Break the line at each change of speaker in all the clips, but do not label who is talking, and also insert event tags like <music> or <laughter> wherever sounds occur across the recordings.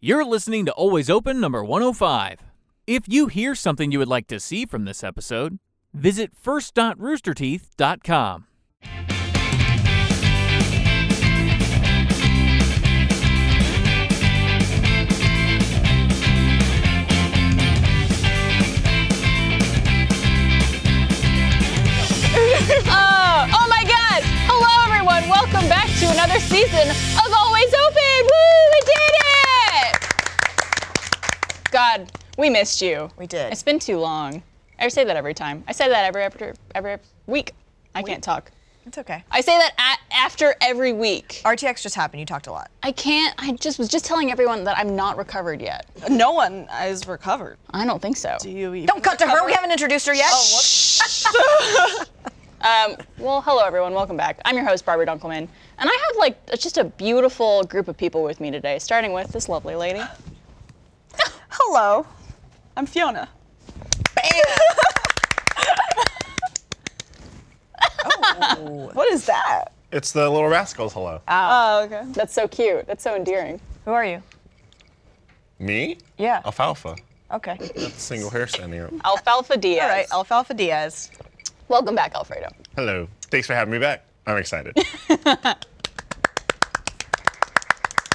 You're listening to Always Open number 105. If you hear something you would like to see from this episode, visit first.roosterteeth.com.
<laughs> Oh, oh my God! Hello, everyone. Welcome back to another season of Always Open. Woo! We did it! God, we missed you.
We did.
It's been too long. I say that every time. I say that every every, every week. I can't talk.
It's okay.
I say that a after every week.
RTX just happened. You talked a lot.
I can't. I just was just telling everyone that I'm not recovered yet.
No one is recovered.
I don't think so.
Do you even?
Don't cut to her. Oh, We haven't introduced her yet.
Um, well, hello everyone. Welcome back. I'm your host Barbara Dunkelman, and I have like a- just a beautiful group of people with me today. Starting with this lovely lady.
Hello, I'm Fiona. What is that?
It's the Little Rascals. Hello.
Uh,
Oh, okay.
That's so cute. That's so endearing.
Who are you?
Me?
Yeah.
Alfalfa.
Okay.
Single hair stand here.
Alfalfa Diaz.
All right. Alfalfa Diaz.
Welcome back, Alfredo.
Hello. Thanks for having me back. I'm excited.
<laughs>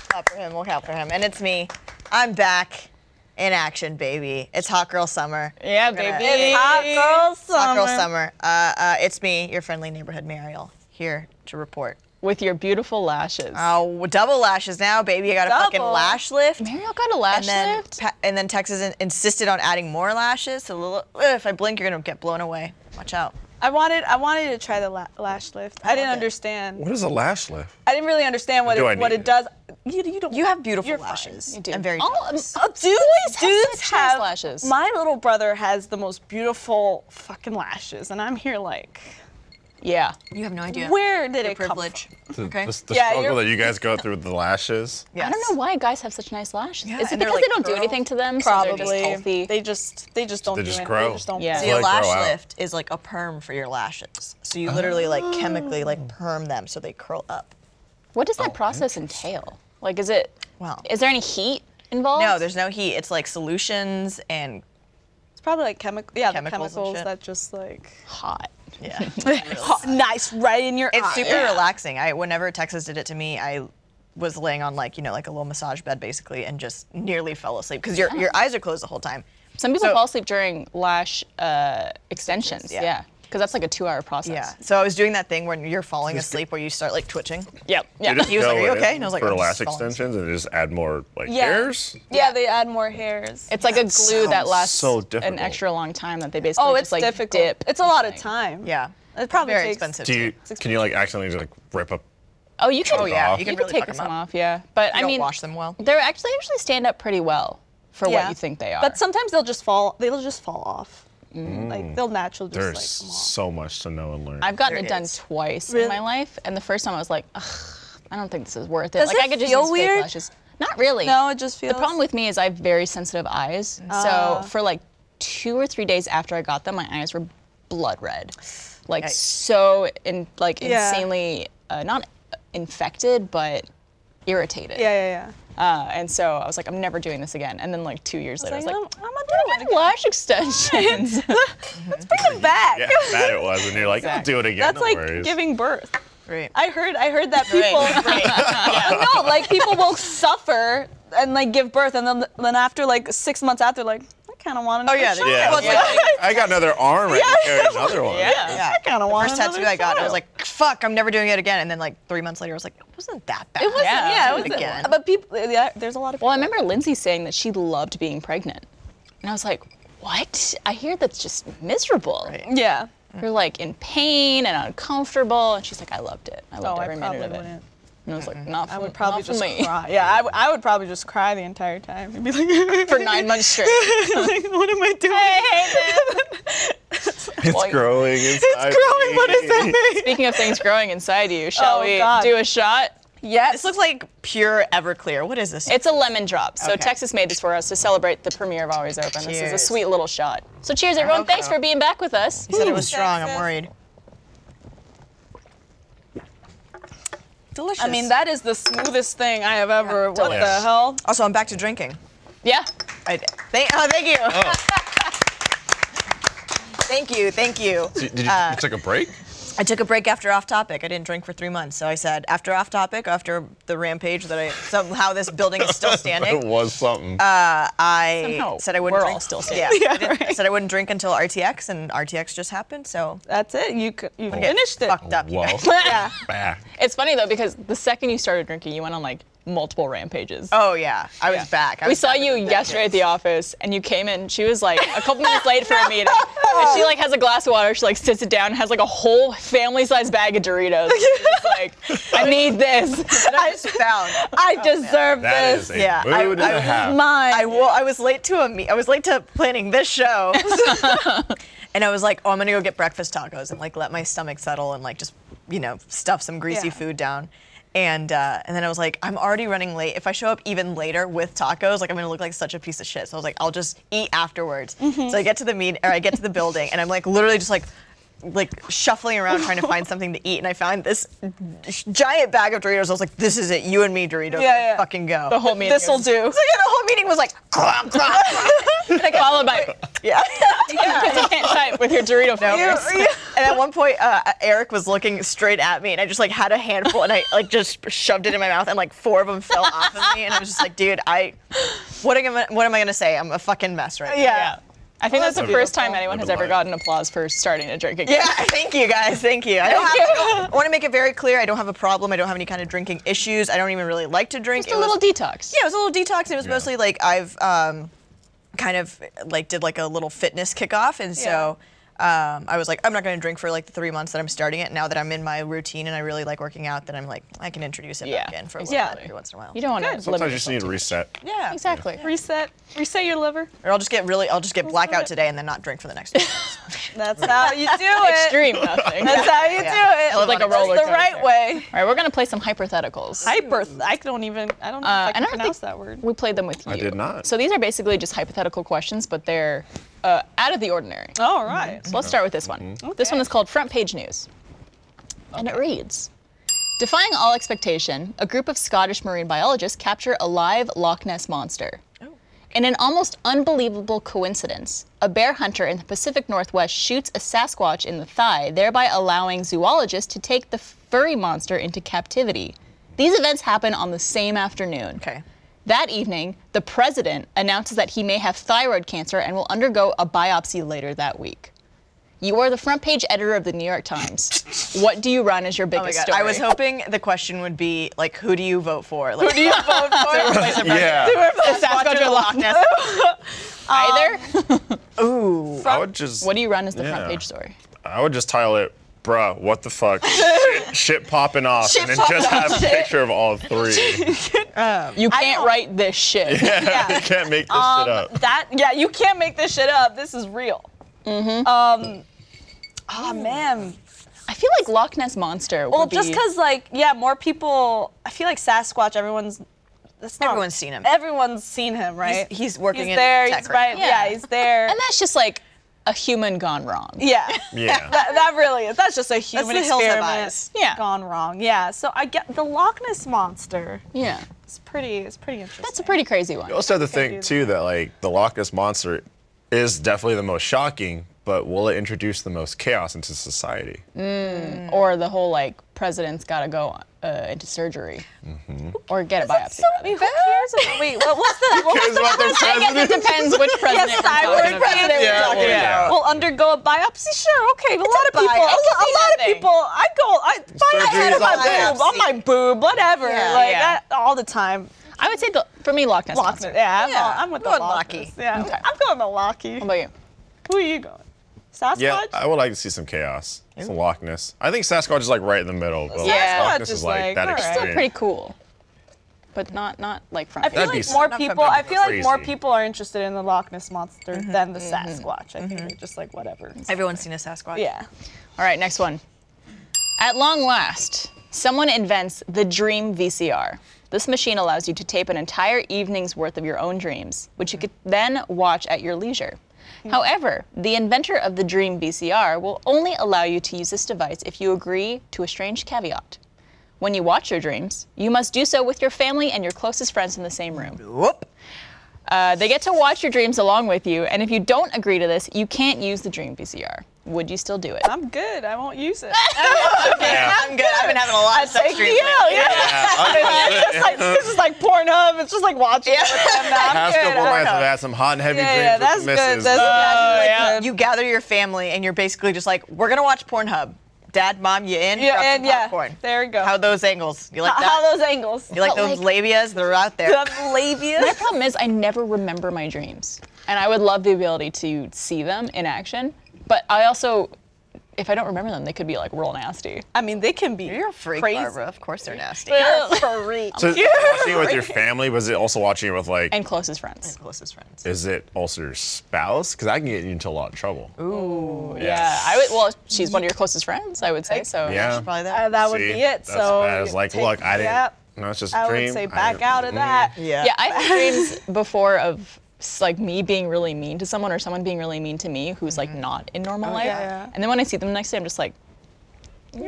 Clap for him. We'll clap for him. And it's me. I'm back in action, baby. It's hot girl summer. Uh,
Yeah, baby.
Hot girl summer.
Hot girl summer. Uh, uh, it's me, your friendly neighborhood Mariel, here to report.
With your beautiful lashes.
Oh, double lashes now, baby. I got a fucking
Double?
lash lift.
Mariel got a lash
and then,
lift.
Pa- and then Texas in- insisted on adding more lashes. So little, if I blink, you're gonna get blown away. Watch out.
I wanted, I wanted to try the la- lash lift. I, didn't
love it.
understand.
what is a lash lift?
I didn't really understand what
Do I
it, what
need
it
it?
does. You, you don't.
You um, have beautiful
You're fine. Oh,
lashes.
You do.
I'm very
All-
jealous.
uh,
Dudes,
have
dudes
such nice
have
lashes.
My little brother has the most beautiful fucking lashes, and I'm here like,
yeah.
You have no idea.
where did it
privilege.
come
The,
Okay.
the, the
Yeah,
struggle
you're-
that you guys go through with the lashes.
Yes.
I don't know why guys have such nice lashes.
Yeah,
Is it
and they're,
because
like,
they don't do
curled?
anything to them?
from?
So they're just healthy.
they just, they just don't.
They
do
just
it.
grow.
They just don't.
Yeah.
So
They,
your
like, grow
lash
out.
lift is like a perm for your lashes. So you literally like chemically like perm them so they curl up.
what
Oh,
does that process entail? Like, is it?
Wow.
Is there any heat involved?
No, there's no heat. It's like solutions and
It's probably like chemical. Yeah,
Chemicals and
the chemicals
shit.
that just like.
hot.
yeah.
Hot, nice right in your eye.
It's super relaxing. I whenever Texas did it to me, I was laying on like you know like a little massage bed basically and just nearly fell asleep because your your eyes are closed the whole time.
Some people
So-
fall asleep during lash uh, extensions.
yeah.
Yeah. Because that's like a two-hour process.
Yeah. So I was doing that thing when you're falling asleep where you start like twitching.
Yep. Yeah.
They
<laughs>
just
He was
go
like, "Are you
in
okay?" And I was like,
for
"I'm
lash
just falling
extensions and just add more like
Yeah.
hairs.
Yeah, they add more hairs.
<laughs> It's like a glue that
sounds
lasts
so
an
difficult.
extra long time that they basically
oh,
just
it's
like
difficult.
dip.
It's a lot of
thing.
time.
Yeah.
It probably
very
takes-
expensive.
Do you?
It's
Can you like accidentally just like rip up?
Oh, you can.
Oh yeah,
off.
you
You
can
can
really
take
fuck 'em
some
up.
off, yeah. But I
don't
mean,
wash them well.
They're actually they actually stand up pretty well for what
Yeah.
you think they are.
But sometimes they'll just fall. They'll just fall off.
Mm.
Like they'll naturally just
There's
like come off.
so much to know and
<laughs>
learn.
I've gotten
There
it done
is.
twice in
Really?
my life, and the first time I was like, Ugh, I don't think this is worth it.
Does
like I
it
could just
feel
use fake
weird?
lashes. Not really.
No, it just feels. Ah.
The problem with me is I have very sensitive eyes. So for like two or three days after I got them, my eyes were blood red, like
Yikes.
so in like
Yeah.
insanely uh, not infected but irritated.
Yeah, yeah, yeah.
Uh, and so I was like, I'm never doing this again. And then like two years later, I was like,
I'm, I'm gonna do it.
"Fucking
<laughs>
lash extensions.
Bring them back.
yeah, that it was, and you're like, I'll do it again.
That's
no
like
worries.
giving birth.
Right.
I heard. I heard that people. <laughs>
<laughs>
No, like people will suffer and like give birth, and then then after like six months out, they're like, I kind of want
Oh
another
yeah.
child.
Yeah,
Well, it's
yeah.
like-
I got another arm. I can carry another one. Yeah.
<laughs> yeah.
I kind of want
First
another
tattoo I got, I was
child.
like, "Fuck, I'm never doing it again." And then like three months later, I was like, "It wasn't that bad."
It wasn't.
Yeah,
Yeah,
do
it
it
wasn't.
again.
But people, yeah, there's a lot of.
well, I remember Lindsay saying that she loved being pregnant. And I was like, what? I hear that's just miserable.
Right.
yeah.
You're like in pain and uncomfortable. And she's like, I loved it. I
Oh,
loved
I
every
probably
minute of it.
wouldn't.
And I was like, not for,
I would probably
not for
just
me.
cry. Yeah, I, w- I would probably just cry the entire time <laughs> and be like,
For <laughs> nine months straight.
like, what am <laughs> I doing?
It's
Well,
growing. It's,
growing, what does that
mean?
Speaking of things growing inside you, shall
Oh,
we
God.
do a shot?
Yes.
This looks like pure Everclear. What is this?
It's a lemon drop. So
Okay.
Texas made this for us to celebrate the premiere of Always Open. This is a
Cheers.
sweet little shot. So cheers, everyone.
Okay.
Thanks for being back with us.
you said it was strong. I'm
Texas.
worried. Delicious.
I mean, that is the smoothest thing I have ever. what the
delicious.
hell?
Also, I'm back to drinking.
Yeah.
I, thank, oh, thank you. <laughs> thank you. Thank you.
Did you,
Uh,
you took a break?
I took a break after Off Topic. I didn't drink for three months, so I said after Off Topic, after the rampage that I somehow this building is still
It
standing.
was something. <laughs>
I
Somehow,
said I wouldn't
we're
drink.
all still
Yeah, <laughs> I, didn't- I said I wouldn't drink until RTX, and RTX just happened. So
That's it. You c- you finished it.
fucked up. you
Whoa.
guys.
<laughs>
yeah.
Back.
It's funny though because the second you started drinking, you went on like multiple rampages.
Oh yeah, I was back. I
we
was
saw
back
you
with the
yesterday at
pancakes.
the office, and you came in. She was like a couple minutes late for a meeting. And she like has a glass of water. She like sits it down, has like a whole family-sized bag of Doritos. She's just like, I need this.
I just found.
<laughs>
I deserve
That
this.
is a
yeah,
mood
I-
and
I
a
was
half.
Mine.
I, wa- I was late to a me- I was late to planning this
<laughs>
show, and I was like, oh, I'm gonna go get breakfast tacos and like let my stomach settle and like just you know stuff some greasy
Yeah.
food down. And uh, and then I was like, I'm already running late. If I show up even later with tacos, like I'm gonna look like such a piece of shit. So I was like, I'll just eat afterwards.
Mm-hmm.
So I get to the meet or I get to the building, and I'm like literally just like like shuffling around trying to
<laughs>
find something to eat, and I found this giant bag of Doritos. I was like, this is it, you and me Doritos,
Yeah, yeah.
fucking go.
The whole meeting.
This
<laughs>
will do.
So yeah, the whole meeting was like, clomp, clomp, clomp.
Like, followed <laughs> by
yeah.
because you can't type with your Dorito fingers.
<laughs> And at one point, uh, Eric was looking straight at me, and I just like had a handful, and I like just shoved it in my mouth, and like four of
<laughs>
them fell off of me, and I was just like, dude, I, what am I, what am I gonna say? I'm a fucking mess right now.
yeah.
I think that's the first time
beautiful.
anyone has
Live
ever
life.
gotten applause for starting to drink again.
Yeah, <laughs> thank you guys. Thank you. I don't
Thank
have. I, want to make it very clear. I don't have a problem. I don't have any kind of drinking issues. I don't even really like to drink.
Just a
It was-
little detox.
Yeah, it was a little detox. It was mostly like I've um, kind of like did like a little fitness kickoff, and so um, I was like, I'm not going to drink for like the three months that I'm starting it. Now that I'm in my routine and I really like working out, then I'm like, I can introduce it
Yeah,
back in for a little
exactly.
bit every once in a while.
You don't want to
Sometimes you just need to reset.
yeah,
Exactly.
Reset. Reset your liver.
Or I'll just get really, I'll just get blackout today and then not drink for the <laughs> next.
That's how you do <laughs> it.
Extreme nothing.
That's how you
Yeah.
do it.
Like a roller
That's the right
coaster.
way.
All right, we're gonna play some hypotheticals.
Hyper. I don't even. I don't know
Uh, and
if I can
I don't
pronounce
think
that word.
we played them with you.
I did not.
So these are basically just hypothetical questions, but they're uh, out of the ordinary.
All right.
So let's start with this one.
Mm-hmm.
This one is called Front Page News. And it reads Defying all expectation, a group of Scottish marine biologists capture a live Loch Ness monster.
Oh.
In an almost unbelievable coincidence, a bear hunter in the Pacific Northwest shoots a Sasquatch in the thigh, thereby allowing zoologists to take the furry monster into captivity. These events happen on the same afternoon.
okay.
That evening, the president announces that he may have thyroid cancer and will undergo a biopsy later that week. You are the front page editor of the New York Times. what do you run as your
Oh my
biggest
God.
story?
I was hoping the question would be like, who do you vote for? Like, who <laughs>
Do you vote for it?
Yeah.
Sasquatch or Loch Ness? Either.
Um,
I would just.
what do you run as the
Yeah.
front page story?
I would just title it, bruh, what the fuck? shit, shit popping off. and then just have a picture of all three. you
You can't write this shit.
can't make this shit up.
That yeah, you can't make this shit up. This is real. Mm-hmm. Um. Oh man.
I feel like Loch Ness monster.
Well,
would
just
be-
because like yeah, more people. I feel like Sasquatch. Everyone's. That's not,
Everyone's seen him.
Everyone's seen him, right?
He's- he's working
He's
in
there.
tech
he's
right
right.
now.
Yeah.
Yeah.
<laughs>
he's there.
and that's just like a human gone wrong.
yeah.
Yeah.
<laughs> That, that really is. That's just a human
the hills have
experiment
eyes.
Yeah.
gone wrong. Yeah. So I get the Loch Ness monster.
Yeah.
It's pretty. It's pretty interesting.
That's a pretty crazy one.
You also have to think too that like the Loch Ness monster is definitely the most shocking, but will it introduce the most chaos into society?
Or the whole like president's got to go uh, into surgery or get a biopsy.
So, I mean, who cares? About, wait, what was the? What was
Cares about their
I guess it
president?
depends which president
Yes,
we're
I
talking
would
about.
president we're
Yeah,
talking
well, yeah.
about. We'll undergo a biopsy. Sure, okay. A lot of
a
people. A,
bio-
lo-
it
a
could be
lot of
nothing.
people. I go. I find
Surgery
I
is
on my
all day.
boob, on my boob, whatever.
Yeah.
like
Yeah.
that all the time.
I would say the, for me Loch Ness
Loch
monster.
Ness. Yeah, I'm,
Yeah,
all- I'm with the
going
Loch
Lochy.
Ness. Yeah,
Okay.
I'm going the Locky.
What about you?
Who are you going? Sasquatch.
Yeah, I would like to see some chaos. It's Loch Ness. I think Sasquatch is like right in the middle, but
Yeah.
Loch
Sasquatch
Ness
is
is like,
like, all
that
right.
extreme.
Still pretty cool, but not not like front.
I feel
That'd
like
be
more
Not
people. I
familiar.
feel like more
Crazy.
people are interested in the Loch Ness monster than the Sasquatch. I think they're just like whatever.
Everyone's seen a Sasquatch.
Yeah.
All right, next one. At long last, someone invents the dream VCR. This machine allows you to tape an entire evening's worth of your own dreams, which you could then watch at your leisure. However, the inventor of the dream VCR will only allow you to use this device if you agree to a strange caveat. When you watch your dreams, you must do so with your family and your closest friends in the same room.
Whoop.
Uh, they get to watch your dreams along with you, and if you don't agree to this, you can't use the dream VCR. Would you still do it?
I'm good. I won't use <laughs> it.
Yeah.
I'm good. I've been having a lot of sex
Take me
dreams.
out. Yeah. <laughs>
I'm
It's just like it's just like Pornhub. It's just like watching. it with them now. I'm
Past
good.
couple
I don't
nights,
know.
I've had some hot and heavy
Yeah, yeah,
dreams
that's
with
good.
misses.
That's that's like
yeah.
good.
You gather your family and you're basically just like, we're gonna watch Pornhub. Dad, mom, you in? Drop some
Yeah, and yeah.
popcorn.
There you go.
How those angles? You like that?
How those angles? <laughs>
you like
But,
those labias? They're out there.
Them labia.
My problem is I never remember my dreams, and I would love the ability to see them in action. But I also, if I don't remember them, they could be like real nasty.
I mean, they can be.
You're a freak,
crazy.
Barbara. Of course they're nasty.
<laughs> You're a freak.
So watching it with
<laughs>
your family, was it also watching it with like?
And closest friends.
Closest friends.
is it also your spouse? Because I can get you into a lot of trouble.
Yeah. I would. Well, she's one of your closest friends, I would say. So
Yeah.
Probably that.
Uh, that would
See,
be it.
That's
so
bad. It's like,
take-
look, I didn't.
Yep.
No, it's just a
I
dream.
would say
I
back
didn't-
out of that.
Mm-hmm. yeah.
Yeah, I've had dreams before of s- like me being really mean to someone or someone being really mean to me who's like not in normal life.
Mm-hmm. Oh, yeah, yeah.
And then when I see them the next day, I'm just like,
Yeah,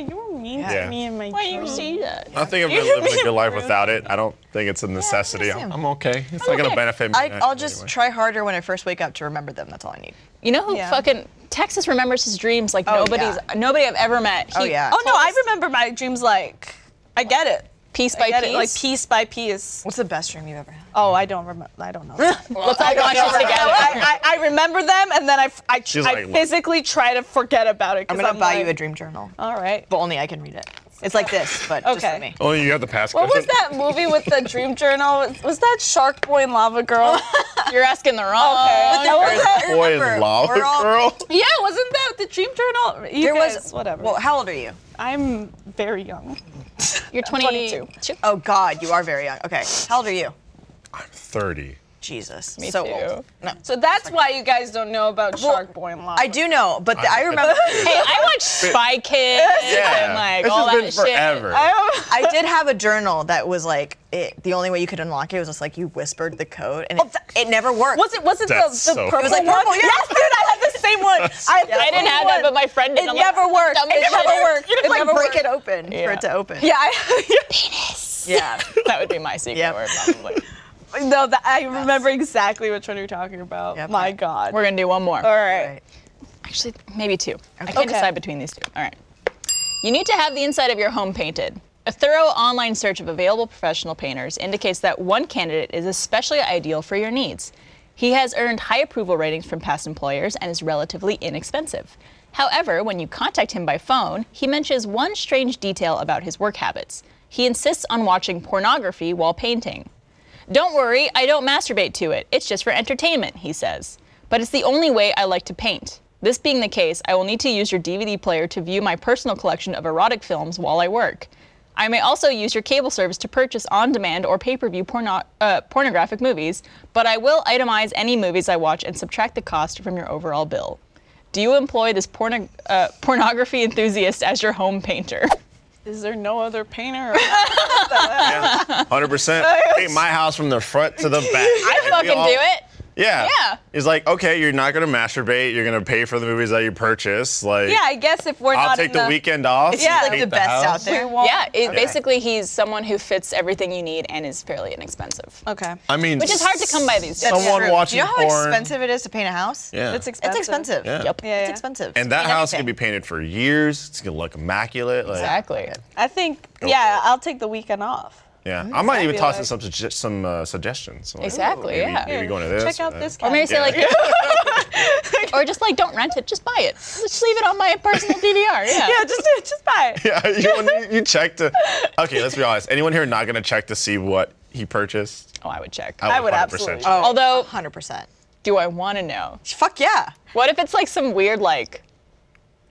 you were mean
Yeah.
to me and my.
why you see that?
I think I've been
You're
living a
being
good
<laughs>
life
rude.
without it. I don't think it's a necessity. I'm, I'm okay. It's not going
okay.
to benefit me.
I, I'll
anyway.
just try harder when I first wake up to remember them. That's all I need.
You know who
Yeah.
fucking Texas remembers his dreams like nobody's nobody I've ever met.
Oh,
He-
yeah.
Oh no, I remember my dreams. Like, I get it.
Piece
I
by
get
piece.
it. Like piece by piece.
What's the best dream you've ever had?
Oh, I don't remember. I <laughs> don't know.
Let's all watch this together.
I, I, I remember them, and then I, f- I,
She's
I
like, look.
physically try to forget about it.
I'm
'cause
gonna buy
like,
you a dream journal,
All right.
but only I can read it. It's like this, but just
Okay.
for me.
Only you have the past.
What was that movie with the dream journal? Was- Was that Shark Boy and Lava Girl? <laughs>
<laughs> You're asking the wrong.
That was it.
Boy in
Remember,
love,
we're all-
girl.
Yeah, wasn't that the dream journal? You
There
guys,
was
whatever.
Well, how old are you?
I'm very young.
You're 22.
22.
Oh God, you are very young. Okay, how old are you?
Thirty.
Jesus,
Me
so
too.
old. No.
So that's why you guys don't know about Shark Boy and Lava.
I do know, but the, I
<laughs>
remember
Hey, I watched
<laughs>
Spy Kids and like
this
all
has
that
been
shit.
forever.
I did have a journal that was like it, the only way you could unlock it was just like you whispered the code and it, it never worked.
<laughs> Was it was it the, the
That's so
purple
It was
like
one?
purple, yeah.
Yes, dude, I had the same <laughs> one. I, had the
I didn't
same
have that,
one.
but my friend did.
It
I'm like,
never worked.
dumb
It
as
<laughs> never
shit.
worked.
You
It
didn't like
never
break
worked.
it open for
Yeah.
it to open. <laughs>
Yeah, I, <laughs>
Yeah.
<laughs> That would be my secret
Yep.
word probably.
no, that, I remember exactly which one you're talking about.
Yep.
My God.
We're gonna do one more.
All right.
Right.
Actually, maybe two. I can't
Okay.
decide between these two. All right. You need to have the inside of your home painted. A thorough online search of available professional painters indicates that one candidate is especially ideal for your needs. He has earned high approval ratings from past employers and is relatively inexpensive. However, when you contact him by phone, he mentions one strange detail about his work habits. He insists on watching pornography while painting. Don't worry, I don't masturbate to it. It's just for entertainment, he says. But it's the only way I like to paint. This being the case, I will need to use your DVD player to view my personal collection of erotic films while I work. I may also use your cable service to purchase on demand or pay per view porno- uh, pornographic movies, but I will itemize any movies I watch and subtract the cost from your overall bill. Do you employ this porno- uh, pornography enthusiast as your home painter?
Is there no other painter? Or-
Hundred percent. Paint my house from the front to the back.
I
And we
fucking
all-
do it.
Yeah.
Yeah.
It's like, okay, you're not gonna masturbate. You're gonna pay for the movies that you purchase.
<laughs>
Like,
yeah, I guess if we're
I'll
not
take
in
the, weekend off.
Yeah.
paint
Like
the best
house.
out there.
we won't-
Yeah, it, basically he's someone who fits everything you need and is fairly inexpensive.
Okay.
I mean,
Which is hard to come by these days.
Someone
True.
watching
Do you know how
porn.
expensive it is to paint a house?
Yeah.
It's
It's
expensive.
expensive.
Yeah.
Yep.
Yeah,
It's
yeah.
expensive.
And that
Paint
house
everything.
can be painted for years. It's gonna look immaculate. Like,
Exactly.
I think.
Go
yeah,
for it.
I'll take the weekend off.
Yeah. I might even toss in
Fabulous.
some sugge- some uh, suggestions. Like,
Exactly,
maybe-
yeah.
Maybe
Yeah,
going to this. Uh,
Check
or <laughs>
out
that.
this.
Or maybe say
Yeah.
like, <laughs> or just like, don't rent it, just buy it. Just leave it on my
<laughs>
personal DVR. Yeah.
Yeah, just do it, just buy it.
Yeah, you, when you- you check to. Okay, let's be honest. Anyone here not gonna check to see what he purchased?
Oh, I would check.
I would
100%
absolutely.
check.
Oh,
Although,
100%.
do I want to know?
Fuck yeah.
What if it's like some weird like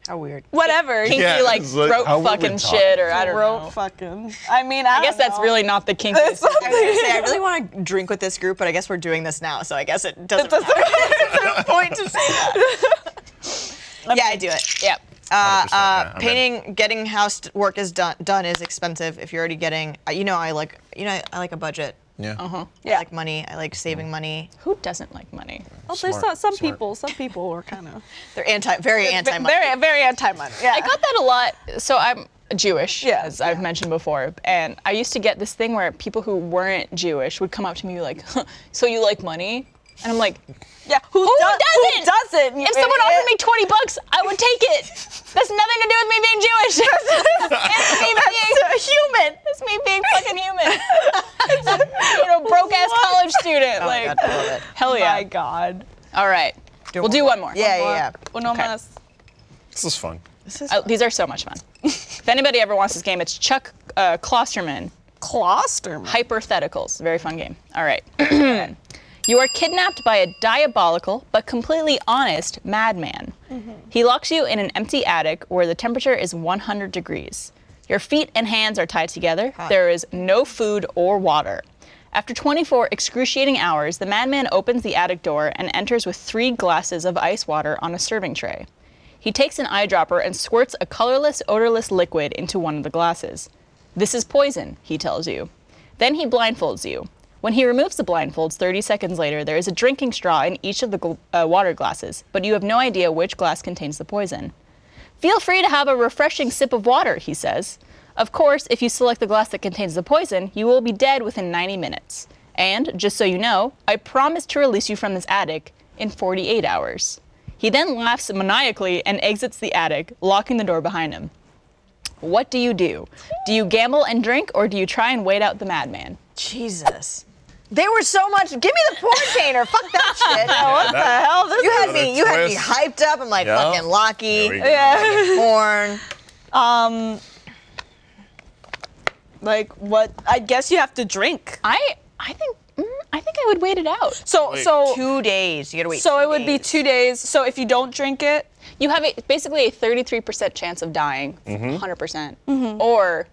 How weird.
Whatever.
kinky
Yeah,
like
it's like,
throat
how would we
fucking
talk?
shit or I don't
Throat
know.
fucking. I mean, I,
I guess
don't
that's
know. <laughs>
really not the kinky.
It's something.
Say, I <laughs> really want to drink with this group, but I guess we're doing this now, so I guess it doesn't. matter. <laughs> There's no point to say that. <laughs> yeah, I do it.
yeah.
Uh,
100%, yeah,
uh,
I'm
painting, getting house t- work is done done is expensive. If you're already getting, uh, you know, I like, you know, I, I like a budget.
Yeah. Mm. Uh-huh.
Yeah.
I like money. I like saving money.
Who doesn't like money?
Well, there's
Smart,
some, some
smart.
people. Some people are kind of
They're anti, very anti money.
Very, very anti-money. Yeah.
I got that a lot. So I'm Jewish,
Yeah,
as I've mentioned before. And I used to get this thing where people who weren't Jewish would come up to me like, "So you like money?" And I'm like,
Yeah, who,
"Who
do-
doesn't?
Who doesn't?
If someone offered me 20 bucks, I would take it. That's nothing to do with me being Jewish. <laughs> That's me being human. That's me being fucking human. you know, broke ass college student. like,
Oh God, I love <laughs> it.
hell yeah.
my God.
All right, we'll do one more.
Yeah, yeah, yeah.
Uno
Okay.
más.
This is fun.
Oh, these are so much fun. if anybody ever wants this game, it's Chuck uh, Klosterman.
Closter.
Hypotheticals. Very fun game. All right. <clears throat> you are kidnapped by a diabolical but completely honest madman. He locks you in an empty attic where the temperature is 100 degrees. Your feet and hands are tied together. There is no food or water. After 24 excruciating hours, the madman opens the attic door and enters with three glasses of ice water on a serving tray. He takes an eyedropper and squirts a colorless, odorless liquid into one of the glasses. This is poison, he tells you. Then he blindfolds you. When he removes the blindfolds 30 seconds later, there is a drinking straw in each of the gl- uh, water glasses, but you have no idea which glass contains the poison. Feel free to have a refreshing sip of water, he says. Of course, if you select the glass that contains the poison, you will be dead within 90 minutes. And, just so you know, I promise to release you from this attic in 48 hours. He then laughs maniacally and exits the attic, locking the door behind him. What do you do? Do you gamble and drink, or do you try and wait out the madman?
Jesus. They were so much. Give me the <laughs> porn painter. Fuck that shit. <laughs>
what the hell? This
you had me. You had me hyped up. I'm like
Yeah.
fucking Locky.
Yeah.
Porn.
Um, like what? I guess you have to drink.
I I think mm, I think I would wait it out.
So
Wait,
so
Two days. You gotta wait.
so
two
it would be
days.
two days. So if you don't drink it,
You have a, basically a 33% chance of dying, 100%. percent
Mm-hmm.
Or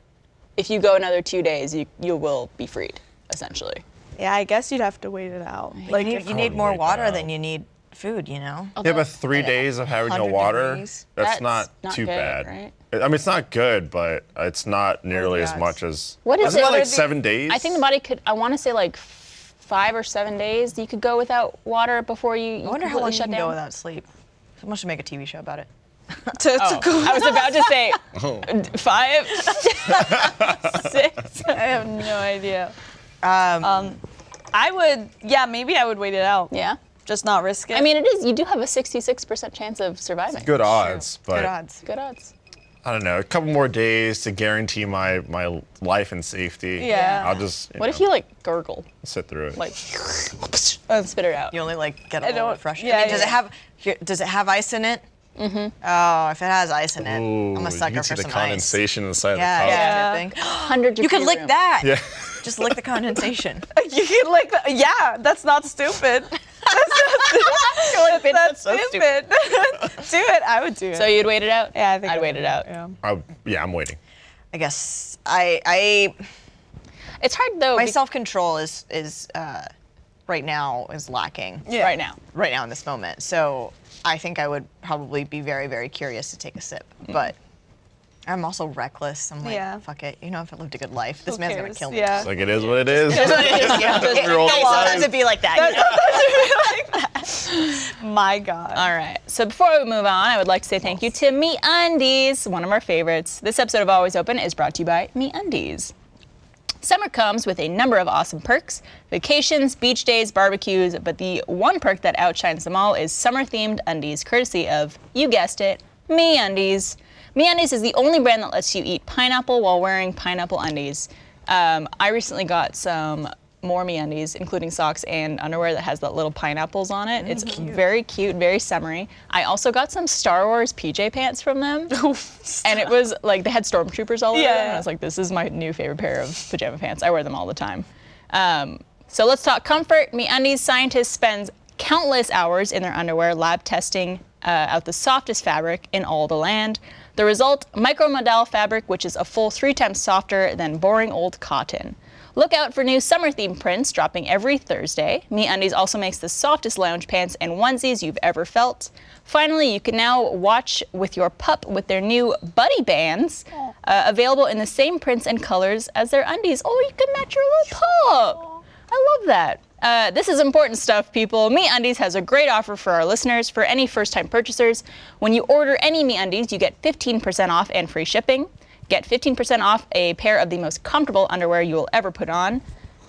if you go another two days, you you will be freed, essentially.
yeah, I guess you'd have to wait it out. Like
You
if
need, you need more
Probably
water
not.
than you need food. You know.
Yeah, but three days of having no
100
water,
degrees.
That's
that's, not,
not
too
good,
bad.
right?
I mean, it's not good, but it's not nearly as
gosh.
much as.
What is
isn't
it?
that
What
like
is it?
seven days?
I think the body could I want to say like f- 5 or 7 days you could go without water before you, you
I wonder how long
completely
you
shut
can
down.
go without sleep. Someone should make a TV show about it.
to, to go.
Oh, I was about to say d- 5 <laughs> 6
<laughs> I have no idea.
Um,
I would. Yeah, maybe I would wait it out.
Yeah.
Just not risk it.
I mean, it is. You do have a 66% chance of surviving.
good odds, but
good odds.
Good odds.
I don't know. A couple more days to guarantee my my life and safety.
Yeah.
I'll just.
What if you like gurgle,
sit through it?
<laughs>
like, and spit it out?
You only like get a little
don't-
bit fresh.
yeah,
I mean, does
yeah.
it have here, does it have ice in it? Mm-hmm. Oh, if it has ice in it,
Ooh,
I'm a
you
sucker
can
for
see the
some ice.
condensation inside
Yeah,
the cup.
yeah.
Yeah. <gasps>
yeah.
100
You could
degree
lick
<laughs> room.
that.
Yeah.
Just
<laughs>
lick the condensation.
<laughs> you could like. Yeah, that's not
<laughs>
stupid. That's not stupid. <laughs> That's
so
stupid. <laughs> do it. I would do it.
So you'd wait it out?
yeah, I think
I'd
I
wait it out.
Yeah.
I, yeah, I'm waiting.
I guess I I
It's hard though.
my
be-
self control is is uh, right now is lacking.
Right now.
Right now in this moment, so I think I would probably be very very curious to take a sip, but. I'm also reckless. I'm like,
Mm. Yeah.
fuck it. You know, if I lived a good life, this man's gonna
cares?
kill me.
Yeah.
Like it is what it
<laughs>
is.
yeah.
Your old
Sometimes
life.
it'd be like that. you know?
My God.
All right. So before we move on, I would like to say thank you to Me Undies, one of our favorites. This episode of Always Open is brought to you by Me Undies. Summer comes with a number of awesome perks vacations, beach days, barbecues, but the one perk that outshines them all is summer themed undies, courtesy of, you guessed it, Me Undies. Me Undies is the only brand that lets you eat pineapple while wearing pineapple undies. Um, I recently got some more Me Undies, including socks and underwear that has that little pineapples on it. It's very cute, very summery. I also got some Star Wars PJ pants from them. And it was like they had stormtroopers all over
Yeah.
them. And I was like, this is my new favorite pair of pajama pants. I wear them all the time. Um, so let's talk comfort. MeUndies scientists spends countless hours in their underwear lab testing uh, out the softest fabric in all the land. The result: micromodal fabric, which is a full three times softer than boring old cotton. Look out for new summer themed prints dropping every Thursday. MeUndies also makes the softest lounge pants and onesies you've ever felt. Finally, you can now watch with your pup with their new buddy bands, uh, available in the same prints and colors as their undies. Oh, you can match your little pup. I love that. Uh, this is important stuff, people. MeUndies has a great offer for our listeners. For any first-time purchasers, when you order any MeUndies, you get 15% off and free shipping. Get 15% off a pair of the most comfortable underwear you will ever put on.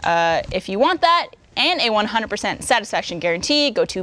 Uh, if you want that and a 100% satisfaction guarantee, go to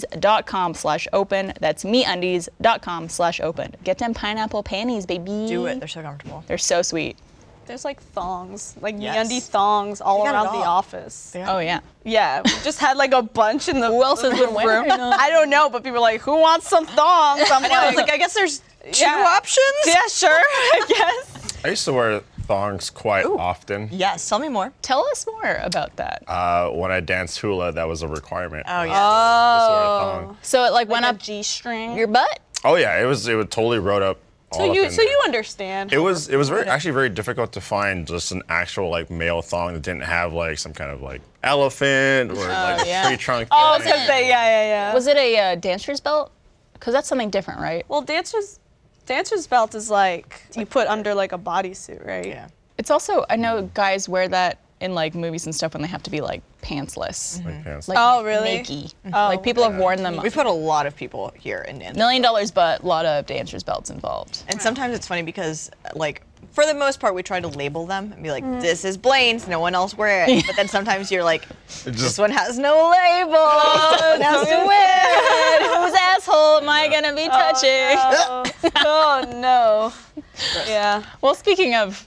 meundies.com slash open. That's meundies.com slash open. Get them pineapple panties, baby.
Do it. They're so comfortable.
They're so sweet.
There's like thongs, like
Yes.
yes. thongs all
They got it
around the
all.
office.
Yeah.
Oh, yeah.
Yeah, we just had like a bunch in the Who
else has been wearing
room. I don't know, but people were like, "Who wants some thongs?" I'm
I
like,
was like, I guess there's two
Yeah.
options.
"Yeah, sure, <laughs> I guess."
I used to wear thongs quite often.
Yes. Tell me more.
Tell us more about that.
Uh, when I danced hula, that was a requirement.
Oh, yeah.
yeah. Oh.
so it like went
A
up
G string.
your butt?
oh yeah, it was. It would totally rode up. all
So
up
you,
in
so you
there.
understand.
It was it was very actually very difficult to find just an actual like male thong that didn't have like some kind of like elephant or like
yeah.
tree trunk.
Oh,
thing.
because they, yeah, yeah, yeah.
Was it a uh, dancer's belt? Because that's something different, right?
well, dancers, dancer's belt is like you put under like a bodysuit, right?
Yeah.
It's also, I know guys wear that in like movies and stuff when they have to be like pantsless.
Like pants.
Like,
Oh, really?
nakey. like people have worn them.
We've put a lot of people here in Nancy.
Million dollars, but a lot of dancers' belts involved.
And sometimes it's funny because, like, for the most part, we try to label them and be like,
Mm-hmm.
this is Blaine's, no one else wear it. But then sometimes you're like, this
just-
one has no label, no one
<laughs>
has to
<laughs>
wear.
Whose asshole am I gonna be touching?
Oh, oh no. Yeah.
<laughs> Well, speaking of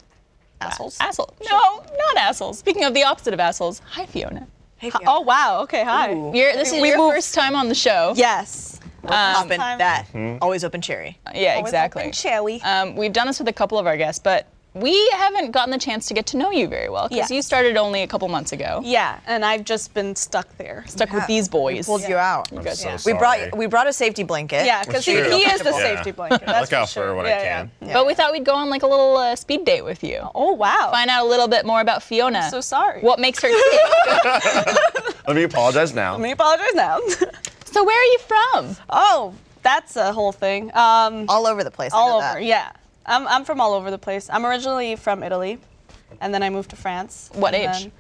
Assholes.
asshole, no, not assholes. Speaking of the opposite of assholes, hi Fiona.
Hey,
Oh wow. Okay. Hi.
Ooh.
You're, this is
We
your
moved-
first time on the show.
Yes.
open
time.
that.
Hmm?
Always open cherry.
yeah,
Always
exactly.
open, Shelly.
Um, we've done this with a couple of our guests, but we haven't gotten the chance to get to know you very well because
Yeah.
you started only a couple months ago.
Yeah, and I've just been stuck there.
Stuck with these boys.
Pulled you out.
I'm so
We
sorry.
brought we brought a safety blanket.
Yeah, because
That's
he,
true.
he is the
Yeah.
safety blanket.
I
That's
look out
for,
for,
sure.
when
Yeah,
I
yeah.
can.
But we thought we'd go on like a little uh, speed date with you.
Oh wow.
Find out a little bit more about Fiona.
so sorry.
What makes her
<laughs>
Let me apologize now.
Let me apologize now. <laughs>
So where are you from?
oh, that's a whole thing. Um,
All over the place. I know
all
that.
over. Yeah, I'm I'm from all over the place. I'm originally from Italy, and then I moved to France.
What
and
age?
then,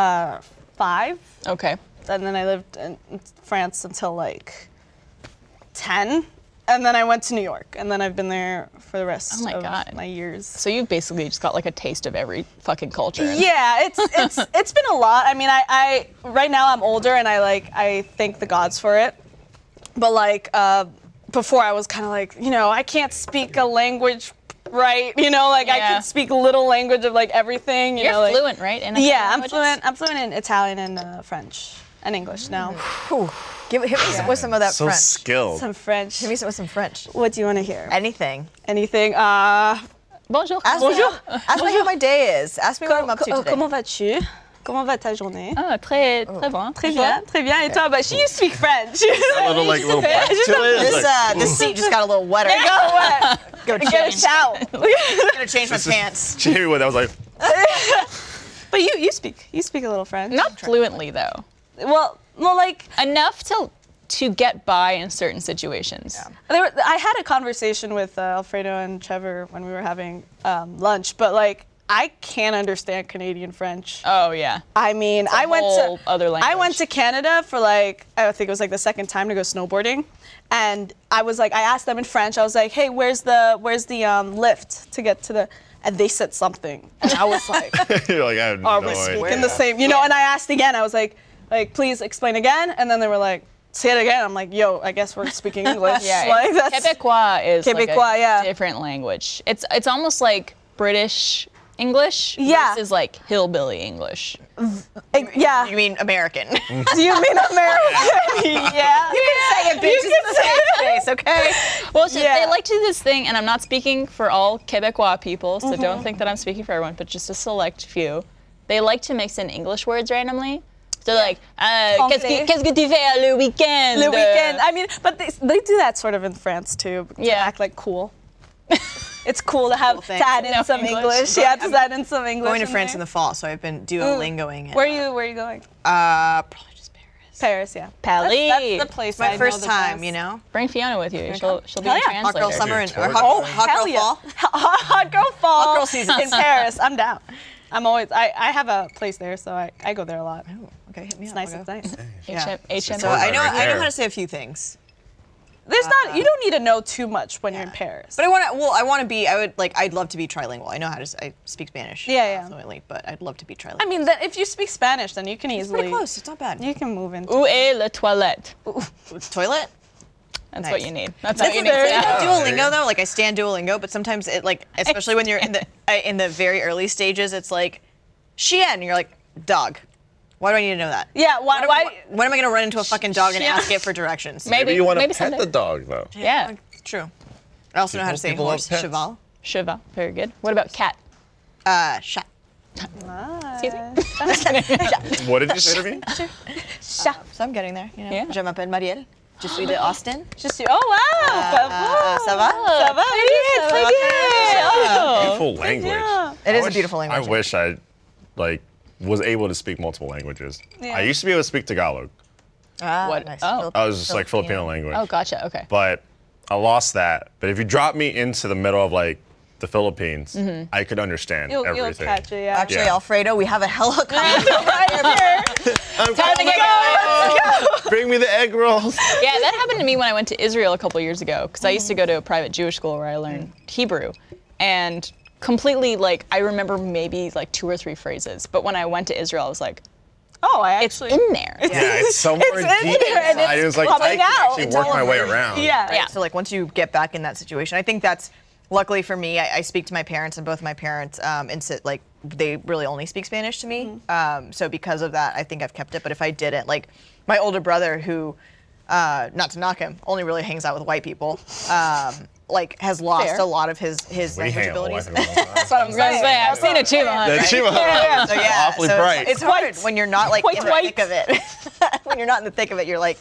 uh, five,
Okay.
and then I lived in in France until like ten, and then I went to New York, and then I've been there for the rest
Oh my
of
God.
my years.
So you've basically just got like a taste of every fucking culture.
Yeah,
<laughs>
it's it's it's been a lot. I mean, I, I right now I'm older and I like I thank the gods for it. But like uh, before, I was kind of like you know I can't speak a language right. You know, like I
Yeah.
could speak little language of like everything. You
You're
know, like-
fluent, right? In a few
Yeah, I'm
languages?
fluent. I'm fluent in Italian and uh, French and English now.
Mm.
Give hit me some- with some of that
so
French.
skilled.
Some French.
Give me some with some French.
What do you want to hear?
Anything.
Anything? Uh,
Bonjour.
Ask me how, ask me how my day is. Ask me what I'm up to
co- uh,
today.
comment vas-tu? Comment va ta journée?
Ah, très, très bon.
Oh, Très bien, très bien. Et toi? But she, you speak
<laughs>
French. <laughs>
a little like little black to it. It's
this
like,
uh, this seat just got a little wetter.
Go away.
Go
Get a
change. <laughs>
towel.
Gonna change my pants.
Jamie, when I was like,
But you, you speak, you speak a little French.
Not fluently though.
Well, well, like
Enough to to get by in certain situations.
there were, I had a conversation with uh, Alfredo and Trevor when we were having um, lunch, but like I can't understand Canadian French.
Oh yeah.
I mean, I went
whole
to
other
I went
language.
to Canada for like I think it was like the second time to go snowboarding, and I was like I asked them in French. I was like, "Hey, where's the where's the um, lift to get to the?" And they said something, and I was like,
<laughs> you're like, I have
"Are
no
we
idea.
speaking the same?" You know. And I asked again. I was like, "Like, please explain again." And then they were like, "Say it again." I'm like, "Yo, I guess we're speaking
<laughs>
English."
Yeah.
like
it's- Quebecois is like, a
Quebecois, yeah.
different language. It's it's almost like British English
Yeah.
versus like hillbilly English.
Like, yeah.
You mean
<laughs>
American?
Mm.
Do you mean American? <laughs> yeah. You can say it, bitch.
Face, okay.
Well, it's just-
Yeah.
they like to do this thing, and I'm not speaking for all Quebecois people, so
Mm-hmm.
don't think that I'm speaking for everyone, but just a select few. They like to mix in English words randomly. So like, uh, qu'est-ce que
Anglais.
qu'est-ce que tu fais le weekend?
the weekend. I mean, but they, they do that sort of in France too. to
Yeah.
act
<laughs>
like cool. it's cool to have
Cool thing.
to add in
No,
some
English.
English. Yeah, to add in some English.
Going to France in the
there.
fall, so I've been Duolingoing. it.
Where are you? Where are you going?
Uh, probably just Paris.
Paris. Yeah.
Paris.
That's, that's the place. I
My
know
first
the
time,
best.
you know.
Bring Fiona with you. She'll she'll be
Hell
a
yeah.
Hot girl
translator.
summer and or
Dude,
hot,
totally.
girl- hot girl
Hell yeah.
fall.
<laughs> Hot girl fall.
Hot girl season.
in Paris. I'm down. I'm always. I, I have a place there, so I, I go there a
Oh,
lot.
Okay, hit me
It's nice. It's nice.
Yeah.
HM,
So I know
Right
I know
there.
how to say a few things.
There's not. You don't need to know too much when you're in Paris.
But I want to. Well, I want to be. I would like. I'd love to be trilingual. I know how to. s- I speak Spanish.
Yeah,
uh,
yeah.
Fluently, but I'd love to be trilingual.
I mean, that if you speak Spanish, then you can
it's
easily.
pretty close. It's not bad.
You can move into.
Où est la toilette?
Toilet.
That's
Nice.
what you need. That's,
That's
what you need.
very-
to know.
Yeah.
Yeah.
Duolingo though, like I stand Duolingo, but sometimes it like, especially when you're in the I- in the very early stages, it's like, Shien, and you're like, dog. Why do I need to know that?
Yeah. Why?
Why?
why
When am I gonna run into a fucking dog and
Shien.
ask it for directions?
Maybe you want to
maybe
pet
someday.
the dog though.
<laughs>
Yeah.
Like, True. I also know how to
People-
say
people love
horse.
pets.
Cheval.
Shiva. Very good. What about cat?
Uh, shot.
Excuse me.
What did you say to
<laughs>
me?
So I'm getting there. You know.
Yeah.
Je m'appelle Marielle. Je suis de Austin.
just you? Oh wow.
Ah.
Uh, ça va?
Ça va? Yes, I did.
Beautiful language.
Oh, Yeah.
It
I
is a
wish-
beautiful language.
I wish I, like, was able to speak multiple languages.
Yeah.
I used to be able to speak Tagalog.
Ah,
What-
nice.
oh.
I was just like Filipino language.
Oh, gotcha. Okay.
But I lost that. But if you drop me into the middle of like the Philippines, I could understand
Mm-hmm. You'll, you'll
everything.
catch it. Yeah.
Actually,
Yeah.
Alfredo, we have a helicopter.
right here.
I'm
Time to get going.
<laughs> Bring me the egg rolls.
<laughs>
Yeah, that happened to me when I went to Israel a couple years ago because I used to go to a private Jewish school where I learned Hebrew, and completely like I remember maybe like two or three phrases, but when I went to Israel, I was like,
Oh, I
it's
actually.
in there.
Yeah, it's somewhere
It's in
deep
there and
inside.
it's
It was like I
coming
can
out.
actually
It's
work
all
my way
over you.
around.
Yeah.
Yeah.
So like once you get back in that situation, I think that's luckily for me. I, I speak to my parents, and both my parents um, and sit, like they really only speak Spanish to me. Um, so because of that, I think I've kept it. But if I didn't, like my older brother, who uh, not to knock him, only really hangs out with white people. Um, like has lost
Fair.
a lot of his his
We
language
hang out with
abilities.
white people all the time.
what I'm
That's what I've seen a Chiba.
That's Shima. <laughs>
So yeah,
Awfully
so it's-
bright.
It's, hard when you're not like
Quite
in the
white.
thick of it. <laughs> when you're not in the thick of it, you're like,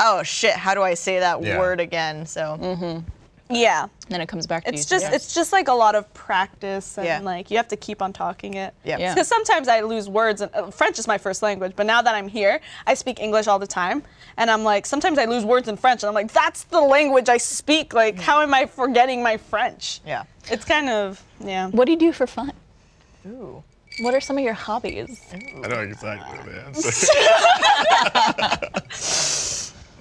oh shit, how do I say that
Yeah.
word again? So
Mm-hmm. Yeah.
Then it comes back to you.
It's just
sometimes.
it's just like a lot of practice and
Yeah.
like you have to keep on talking it.
Yeah. Yeah.
Because sometimes I lose words and uh, French is my first language, but now that I'm here, I speak English all the time, and I'm like sometimes I lose words in French, and I'm like that's the language I speak. Like how am I forgetting my French?
yeah.
It's kind of yeah.
what do you do for fun?
Ooh.
What are some of your hobbies?
I know exactly what it is.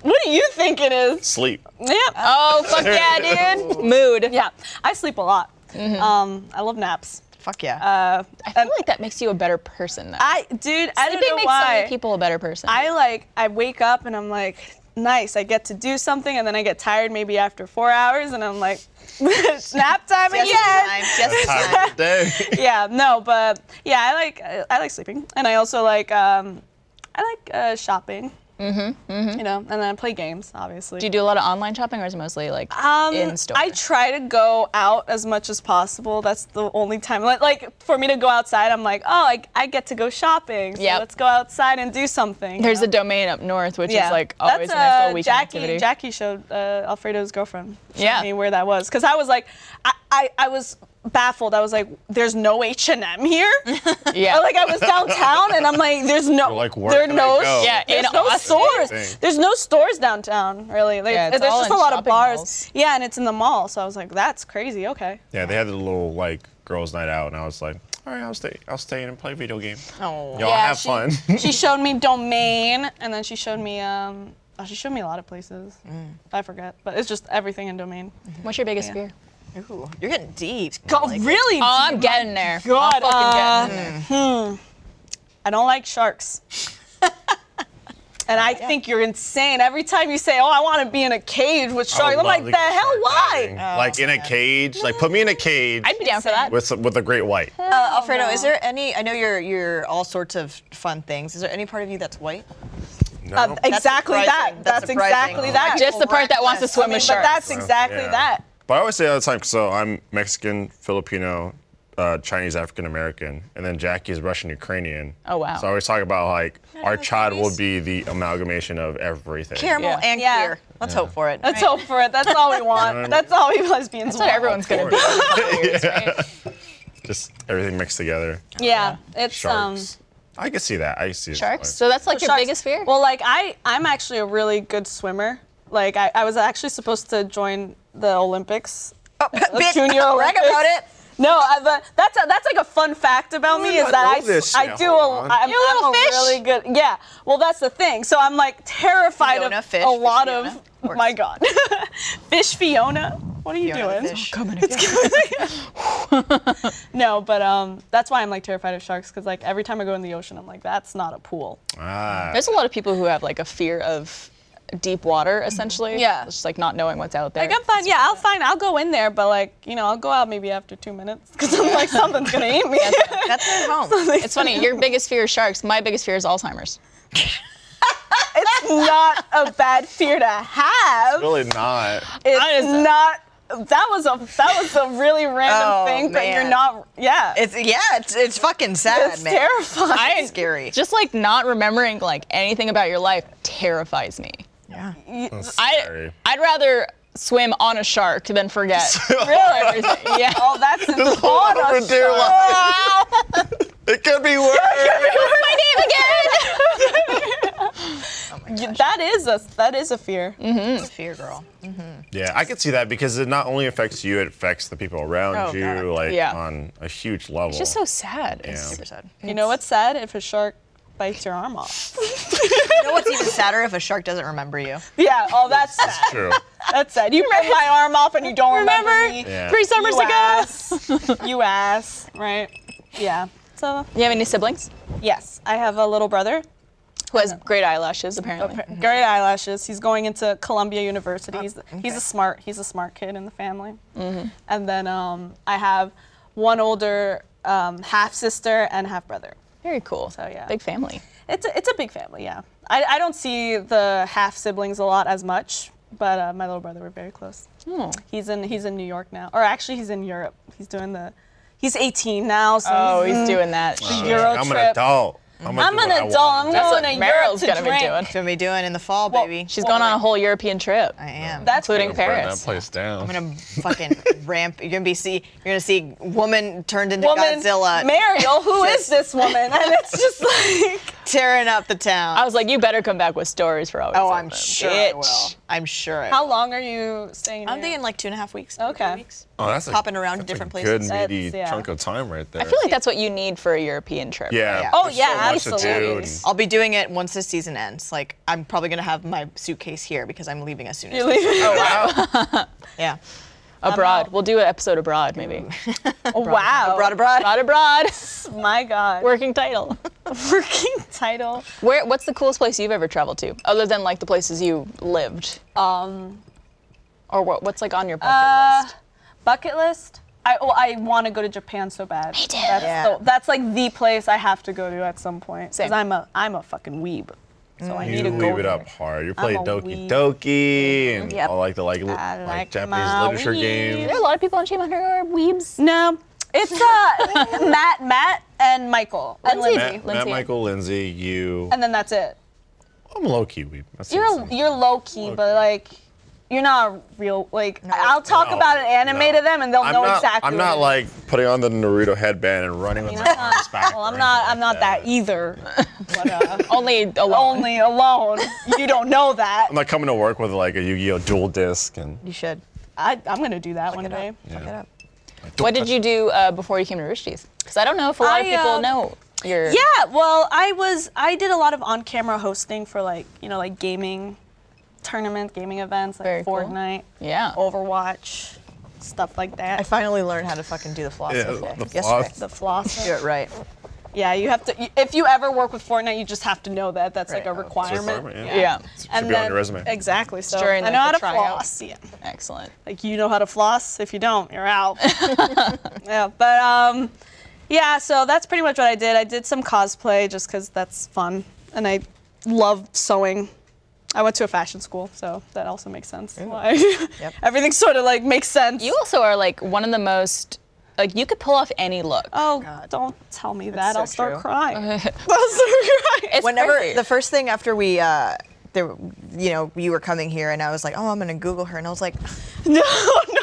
What do you think it is? Uh,
Sleep.
Yeah.
Oh fuck yeah, dude! Mood.
yeah. I sleep a lot. Um, I love naps.
Fuck
Uh,
yeah.
I feel like that makes you a better person though.
I dude, I don't
Sleeping
know
makes
why.
so many people a better person.
I like I wake up and I'm like, nice, I get to do something, and then I get tired maybe after four hours, and I'm like, <laughs> it's nap time
Yes,
again.
it's time. Yes, it's time.
Time of day.
Yeah, no, but yeah, I like I, I like sleeping, and I also like um, I like uh, shopping. Mm-hmm, You know, and then I play games, obviously.
do you do a lot of online shopping or is it mostly like
um,
in store?
I try to go out as much as possible. That's the only time. Like, like for me to go outside, I'm like, oh, I, I get to go shopping. So
Yep.
let's go outside and do something. you
There's
know?
a domain up north which is like
That's,
always a nice
uh,
little weekend
Jackie,
activity.
Jackie showed uh, Alfredo's girlfriend. showed
Yeah.
me where that was because I was like, I, I, I was baffled. I was like, there's no H and M
<laughs>
here.
yeah.
like I was downtown and I'm like, there's no,
You're like, where
there are
can I
no,
go?
Yeah,
there's
in
no
Austin.
stores.
Thing.
There's no stores downtown really. Like,
Yeah, it's
there's
all
just
in
a lot of
shopping
bars.
malls.
Yeah, and it's in the mall. So I was like, that's crazy.
<laughs>
Okay.
Yeah, they had the little like girls' night out, and I was like, all right, I'll stay, I'll stay in and play video game.
Oh.
Y'all
Yeah,
have
she-
fun.
she showed me domain and then she showed me um oh, she showed me a lot of places
Mm.
i forget but it's just everything in domain
What's your biggest fear?
Ooh, you're getting deep.
God,
Like,
really
Oh, I'm getting there. I'm
God,
fucking getting there.
i don't like sharks and i think you're insane every time you say oh i want to be in a cage with
I
sharks i'm
love
like
to
the
go
hell
shark diving.
why
like in a cage. Like put me in a cage
I'd be down for that.
with some, with a great white.
Uh, Alfredo, is there any? I know you're you're all sorts of fun things. Is there any part of you that's white?
No.
Uh, exactly that
surprising. That's
that's,
surprising.
exactly
Oh.
that
Just the part that wants to swim
I mean,
with
but
sharks.
that's exactly
Yeah.
that
But I always say all the time. So I'm Mexican, Filipino, uh, Chinese, African American, and then Jackie is Russian Ukrainian.
Oh, wow.
So I always talk about like our
know,
child will
Chinese.
be the amalgamation of everything.
Caramel
Yeah.
and
Yeah.
clear. Let's hope for it.
let's hope for it that's all we want that's all we
That's
lesbians want
what everyone's gonna be. It's weird, right?
Just everything mixed together.
yeah it's um
Sharks. I could see that. I could see
Sharks.
That.
So that's like your
sharks.
biggest fear?
Well, like I, I'm actually a really good swimmer. Like I, I was actually supposed to join the Olympics,
Oh, <laughs> bitch,
Junior
brag
Olympics.
about it.
No, I, but that's a, that's like a fun fact about me
did
is
not
that
know
I, s-
this.
I
Yeah,
do
hold
a,
on.
I'm,
You
I'm
little
a
fish.
really good yeah. Well, that's the thing. So I'm like terrified
Fiona
of
fish,
a lot
Fiona.
of <laughs> my god. Fish Fiona, what are you
Fiona the
doing?
fish.
No, but um, that's why I'm like terrified of sharks because like every time I go in the ocean, I'm like, that's not a pool.
Ah.
There's a lot of people who have like a fear of deep water, essentially.
Yeah.
It's Just like not knowing what's out there.
Like I'm fine, yeah, I'll fine, I'll go in there, but like you know, I'll go out maybe after two minutes because I'm like something's gonna eat
<laughs>
me.
That's their home.
it's funny. <laughs> Your biggest fear is sharks. My biggest fear is Alzheimer's.
it's not a bad fear to have.
Really not.
It's not. That was a that was a really random
Oh,
thing, but you're
man.
not. Yeah,
It's yeah, it's, it's fucking sad,
it's
man.
terrifying.
I-
Scary.
Just like not remembering like anything about your life terrifies me.
yeah.
I
Sorry.
I'd rather swim on a shark than
<laughs>
forget.
really?
everything. yeah.
Oh, that's
Hold
on
for
a
dear
shark.
life. <laughs> It could be worse.
My name again.
You- That is a that is a fear.
Fear girl.
Yeah, I could see that because it not only affects you, it affects the people around
Oh,
you,
God.
like
Yeah.
on a huge level.
It's just so sad. It's-
Yeah.
Super sad.
You know what's sad if a shark bites your arm off?
You know what's even sadder if a shark doesn't remember you.
Yeah. <laughs> Oh, that's sad.
true.
That's sad. You rip my arm off and you don't remember, me.
Yeah.
Three summers
You
ago.
ass. you ass. Right. Yeah. So
You have any siblings?
yes, I have a little brother.
Who has great eyelashes apparently.
Great Mm-hmm. eyelashes. He's going into Columbia University. He's,
Oh,
he's a smart he's a smart kid in the family.
Mm-hmm.
And then um, I have one older um, half sister and half brother.
Very cool. So
yeah.
Big family.
It's a, it's a big family. Yeah, I, I don't see the half siblings a lot as much, but uh, my little brother we're very close.
Hmm.
He's in he's in New York now, or actually he's in Europe. He's doing the he's 18 now, so
Oh,
he's
he's doing that. shit.
Euro
I'm
trip.
an adult. I'm, gonna
I'm
do
an
what I
adult. I'm
wanna do.
That's
going
what
to Europe
Meryl's
to
gonna
drink.
be doing.
That's what we doing in the fall, baby.
She's going on a whole European trip,
I am.
That's
including
I'm gonna burn
Paris.
that place down.
I'm gonna fucking ramp. You're gonna be see. You're gonna see woman turned into
woman
Godzilla
Mariel. Who is this woman? And it's <laughs> just like
tearing up the town.
I was like, you better come back with stories for always.
oh, I'm
Open.
sure
Bitch.
it will. I'm sure it.
how long are you staying?
I'm
here?
thinking like two and a half weeks.
Okay.
three weeks.
oh, that's a-
Hopping around to
that's a
different places.
Good meaty
That's- yeah.
chunk of time right there.
I feel like that's what you need for a European trip.
Yeah.
Yeah.
Oh,
there's
yeah,
so much to do
absolutely.
and-
I'll be doing it once the season ends. Like I'm probably gonna have my suitcase here because I'm leaving as soon as.
You're leaving.
Oh,
Yeah.
Abroad. We'll do an episode abroad, maybe.
Oh, wow.
Abroad, abroad.
Not abroad. <laughs>
My God.
Working title. <laughs>
working <laughs> title.
Where? What's the coolest place you've ever traveled to, other than like the places you lived,
Um.
or what, what's like on your bucket
Uh,
list?
Bucket list? I oh, I want to go to Japan so bad. Me too. That's,
Yeah.
the, that's like the place I have to go to at some point. Because
Same.
I'm a I'm a fucking weeb. So I need
Mm. You
to
leave
go
it
there.
up hard. You play
a weeb.
Doki Doki and
Yep.
all like the like, li-
I like
like Japanese
my
literature
weeb.
games.
There are a lot of people on Shame on Her are weebs.
No, it's <laughs> uh Matt, Matt, and Michael and
Lindsay.
Lindsay.
Matt, Matt,
Lindsay.
Michael, Lindsay, you.
And then that's it.
I'm low key weeb. That's
You're
insane.
you're low key, but like. You're not a real like. I'll talk
No,
about an anime
no.
to them and they'll
I'm
know
not,
exactly.
I'm
what
not
it is.
like putting on the Naruto headband and running with my arms
<laughs>
back.
Well,
or
I'm not.
anything
I'm
like
not that
<laughs>
either. But uh,
Only alone.
only alone. You don't know that.
I'm not coming to work with like a Yu-Gi-Oh dual disc and.
You should.
I, I'm gonna do that one day.
Look it up.
What did you do uh, before you came to Rich Because I um, don't know if a lot of
I,
people
uh,
know your.
Yeah, well, I was I did a lot of on-camera hosting for like you know like gaming tournaments, gaming events like
Very cool.
Fortnite,
Yeah.
Overwatch, stuff like that.
I finally learned how to fucking do the floss.
Yeah,
yesterday.
the floss.
Yesterday.
the floss.
Do it right.
Yeah, you have to. you- If you ever work with Fortnite, you just have to know that. That's like
Right.
a requirement.
requirement,
Yeah.
yeah. Should
And
be on
then-
your resume.
Exactly. So
during,
I
like,
know how
the
to
tryout.
floss. Yeah.
Excellent.
like you know how to floss if you don't you're out <laughs> yeah but um yeah so that's pretty much what i did i did some cosplay just because that's fun and i love sewing i went to a fashion school so that also makes sense Why
Yep.
<laughs> everything sort of like makes sense
You also are like one of the most. Like you could pull off any look.
oh
God.
don't tell me that
so
i'll start
true.
crying i'll start crying
It's
Whenever
crazy.
the first thing after we, uh, there, you know, you were coming here, and I was like, oh, I'm gonna Google her, and I was like,
<laughs> no no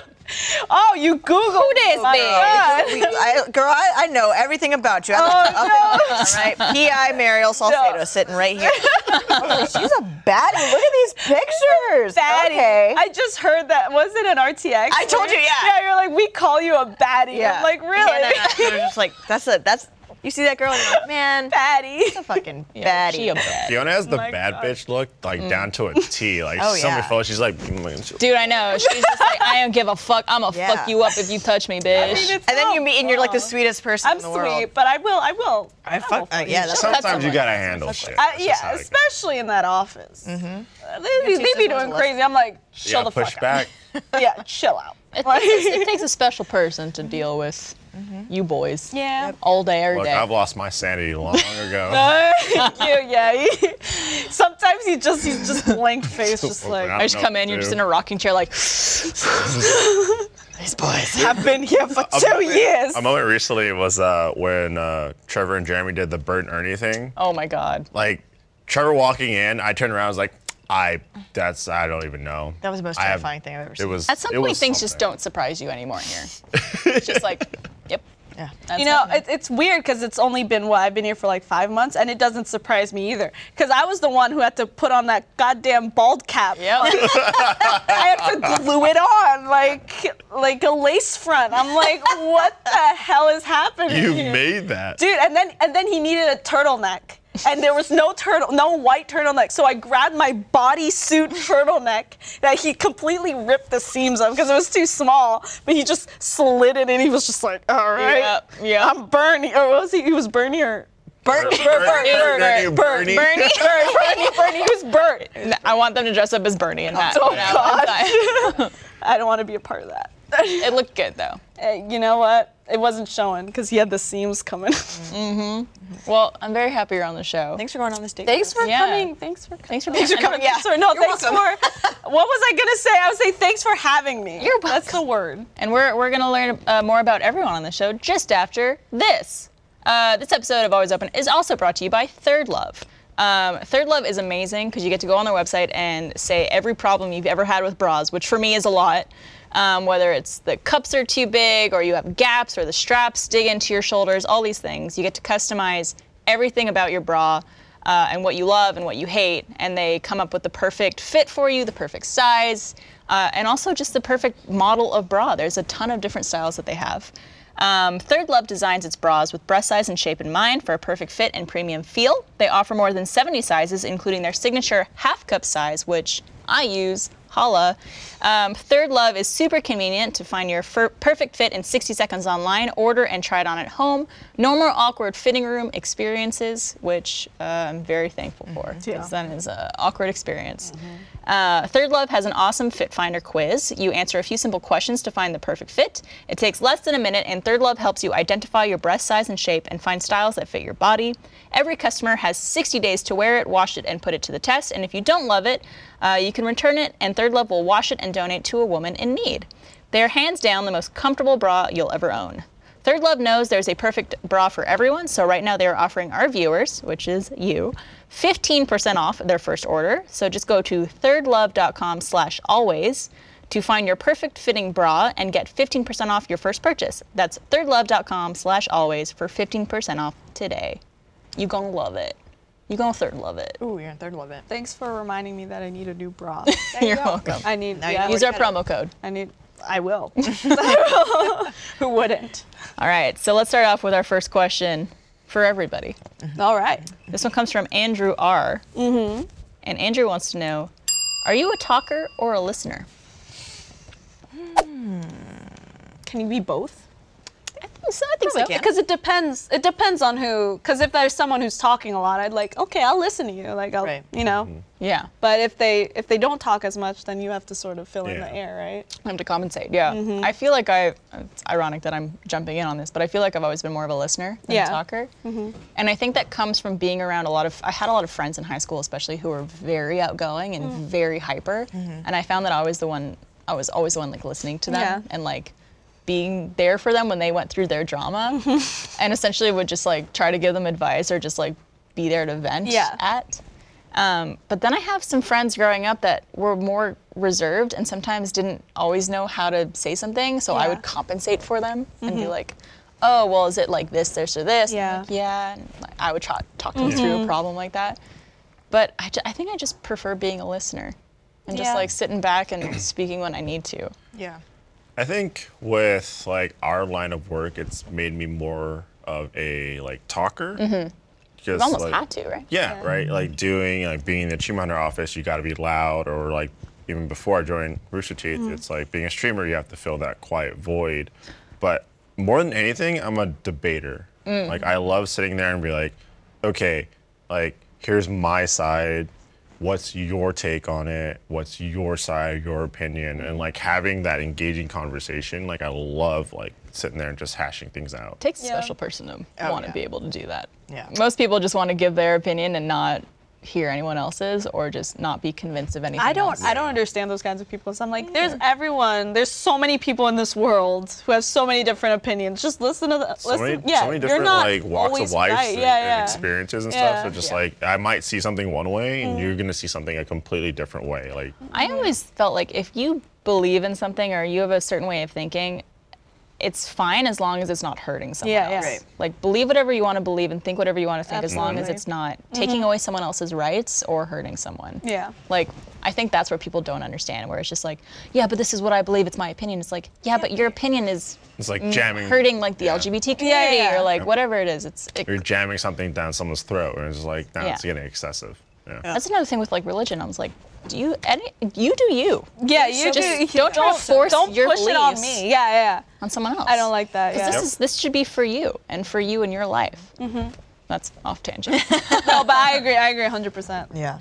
oh you googled Who
this
my
bitch?
God.
we, I, girl, I, I know everything about you. I'm <laughs>
Oh,
all right. P.I. Mariel Salcedo
<laughs> No.
sitting right here. <laughs> I was like, She's a baddie. Look at these pictures.
baddie.
Okay.
I just heard that. Was it an RTX?
I told you, yeah.
Yeah, you're like, we call you a baddie. I'm like, really?
Yeah, no, no. I was just like, that's a that's You see that girl, and you're like, man,
Patty.
she's a fucking
Yeah,
baddie.
She a bad.
Fiona has the
Oh my Mm.
bad
God.
bitch look, like down to
<laughs>
a T. Like
Oh,
so many
yeah.
photos, she's like, mm,
Dude, I know. She's just like, I don't give a fuck. <laughs> I'ma
Yeah.
fuck you up if you touch <laughs> me, bitch.
and then you meet, and you're like the
sweet.
sweetest person
I'm
in the
sweet,
world.
but I will. I will.
I fuck. Uh, yeah, that's
sometimes you gotta handle shit.
I,
That's just how
yeah,
it goes.
especially in that office. Uh, They,
teach
they
those ones
be doing
a
crazy. I'm like,
Mm-hmm. You
chill
gotta
the
push
fuck
back.
out. Yeah, chill out.
It
Like- <laughs>
takes, it takes a special person to deal <laughs> with you boys.
Yeah. Yep.
All day, every
Look,
day.
I've lost my
<laughs>
sanity long ago.
Thank you, yeah. <laughs> He- sometimes he just he's
<laughs>
just blank face, just
Open
like
up.
I just
know
come
what
in,
to
you're just
do.
in a rocking chair, like,
these boys.
I've been here for two years.
A moment recently was uh, when uh, Trevor and Jeremy did the Bert and Ernie thing.
oh my God.
Like Trevor walking in, I turned around, I was like, I that's I don't even know.
That was the most
I have-
terrifying thing I've ever
It
seen.
was
At some
it
point,
was
things just
something.
don't surprise you anymore here.
<laughs>
it's just like, yep.
Yeah.
that's
you know,
happening.
it, it's weird because it's only been what I've been here for like five months, and it doesn't surprise me either. Because I was the one who had to put on that goddamn bald cap.
Yep.
I have to glue it on like like a lace front. I'm like, what the hell is happening?
You
here?
made that.
dude and then and then he needed a turtleneck and there was no turtle no white turtleneck so i grabbed my bodysuit turtleneck that he completely ripped the seams of because it was too small but he just slid it in he was just like all right
Yeah, yeah.
i'm bernie or what was he he was bernie or
<laughs> Bert, Bert,
Bert,
Ernie, Bernie.
bernie bernie bernie bernie he was bert
N- I want them to dress up as Bernie and that.
Oh,
you know, I'm sorry.
i don't want to be a part of that
it looked good, though.
Uh, you know what it wasn't showing because he had the seams <laughs> coming
Well, I'm very happy you're on the show.
Thanks for going on this date.
Thanks for
Yeah.
coming. Thanks for coming.
Thanks for
Thanks for
coming.
coming. Yeah. Sorry, no,
You're
thanks for. <laughs> What was I gonna say? I would say thanks for having me.
You're
That's <laughs> the word.
And we're, we're going to learn uh, more about everyone on the show just after this. Uh, this episode of Always Open is also brought to you by Third Love. Um, Third Love is amazing because you get to go on their website and say every problem you've ever had with bras, which for me is a lot. Um, whether it's the cups are too big, or you have gaps, or the straps dig into your shoulders, all these things. You get to customize everything about your bra uh, and what you love and what you hate, and they come up with the perfect fit for you, the perfect size, uh, and also just the perfect model of bra. There's a ton of different styles that they have. Um, Third Love designs its bras with breast size and shape in mind for a perfect fit and premium feel. They offer more than 70 sizes, including their signature half cup size, which I use. Holla. Um, Third Love is super convenient to find your fir- perfect fit in 60 seconds online, order and try it on at home. No more awkward fitting room experiences, which uh, I'm very thankful for because that is an awkward experience. Uh, Third Love has an awesome fit finder quiz. You answer a few simple questions to find the perfect fit. It takes less than a minute, and Third Love helps you identify your breast size and shape and find styles that fit your body. Every customer has 60 days to wear it, wash it, and put it to the test. And if you don't love it, uh, you can return it, and Third Love will wash it and donate to a woman in need. They are hands down the most comfortable bra you'll ever own. Third Love knows there's a perfect bra for everyone, so right now they are offering our viewers, which is you, 15% off their first order. So just go to thirdlove.com slash always to find your perfect fitting bra and get 15% off your first purchase. That's thirdlove.com slash always for 15% off today. You gonna love it. You gonna third love it.
Ooh, you're in third love it.
Thanks for reminding me that I need a new <laughs> bra.
You're welcome.
I need.
you
yeah,
know
Use
we're
our promo code.
I need.
<laughs>
I will. <laughs> who wouldn't?
All right, so let's start off with our first question for everybody.
All right.
This one comes from Andrew R. Mm-hmm. And Andrew wants to know Are you a talker or a listener?
Can you be both?
So I think
Probably so. can.
Because it depends. It depends on who. Because if there's someone who's talking a lot, I'd like, okay, I'll listen to you. Like, I'll,
Right. Mm-hmm.
you know.
Yeah.
But if they if they don't talk as much, then you have to sort of fill in the
Yeah.
air, right?
I have to compensate. Yeah.
Mm-hmm.
I feel like I, it's ironic that I'm jumping in on this, but I feel like I've always been more of a listener than
Yeah. Mm-hmm.
a talker. And I think that comes from being around a lot of, I had a lot of friends in high school, especially who were very outgoing and
Mm.
very hyper. And I found that I was the one, I was always the one like listening to them
Yeah.
and like being there for them when they went through their drama
Mm-hmm.
and essentially would just like try to give them advice or just like be there to vent
Yeah.
at. Um, but then I have some friends growing up that were more reserved and sometimes didn't always know how to say something. So I
Yeah. Mm-hmm.
would compensate for them and be like, oh, well, is it like this, this, or this? And
Yeah. Mm-hmm.
like, yeah. And like, I would tra- talk them through a problem like that. But I, ju- I think I just prefer being a listener and just
Yeah.
like sitting back and speaking when I need to.
Yeah.
I think with like our line of work, it's made me more of a like talker. Because,
Mm-hmm. almost
like-
had to, right?
Yeah, right. Like doing like being in the Achievement Hunter office, you got to be loud, or like even before I joined Rooster Teeth, it's like being a streamer, you have to fill that quiet void. But more than anything, I'm a debater. Like I love sitting there and be like, okay, like here's my side. What's your take on it? What's your side, your opinion? And like having that engaging conversation, like I love like sitting there and just hashing things out.
takes a special person to want to be able to do that.
Yeah.
Most people just want to give their opinion and not hear anyone else's or just not be convinced of anything.
I don't.
else.
I don't understand those kinds of people. So I'm like, there's everyone. There's so many people in this world who have so many different opinions. Just listen to the.
so
listen,
many,
yeah,
so many
you're
different
not
like walks
always
of life
right.
and,
yeah,
and
yeah.
experiences and
Yeah. Mm.
stuff. So just like I might see something one way, and you're gonna see something a completely different way. Like
I
Mm-hmm.
always felt like if you believe in something or you have a certain way of thinking, it's fine as long as it's not hurting someone
Yeah, yeah.
else.
Right.
Like believe whatever you want to believe and think whatever you want to think as long as
Absolutely. Mm-hmm.
it's not taking away someone else's rights or hurting someone.
Yeah.
Like I think that's where people don't understand where it's just like, yeah, but this is what I believe, it's my opinion. It's like, yeah, but your opinion is
it's
Mm.
like jamming,
hurting like the
yeah.
LGBT community
Yeah, yeah, yeah.
or like whatever it is. It's it,
You're jamming something down someone's throat, and it's just like now
Yeah.
it's getting excessive. Yeah.
that's another thing with like religion. I was like, do you any you do you
Yeah, you
Just
do-
don't try to force
don't
your
push it on
beliefs.
me. Yeah, yeah.
on someone else?
I don't like that. Yeah.
Because this is this should be for you and for you in your life. That's off tangent.
no, but I agree. I agree 100%.
Yeah.
Yeah.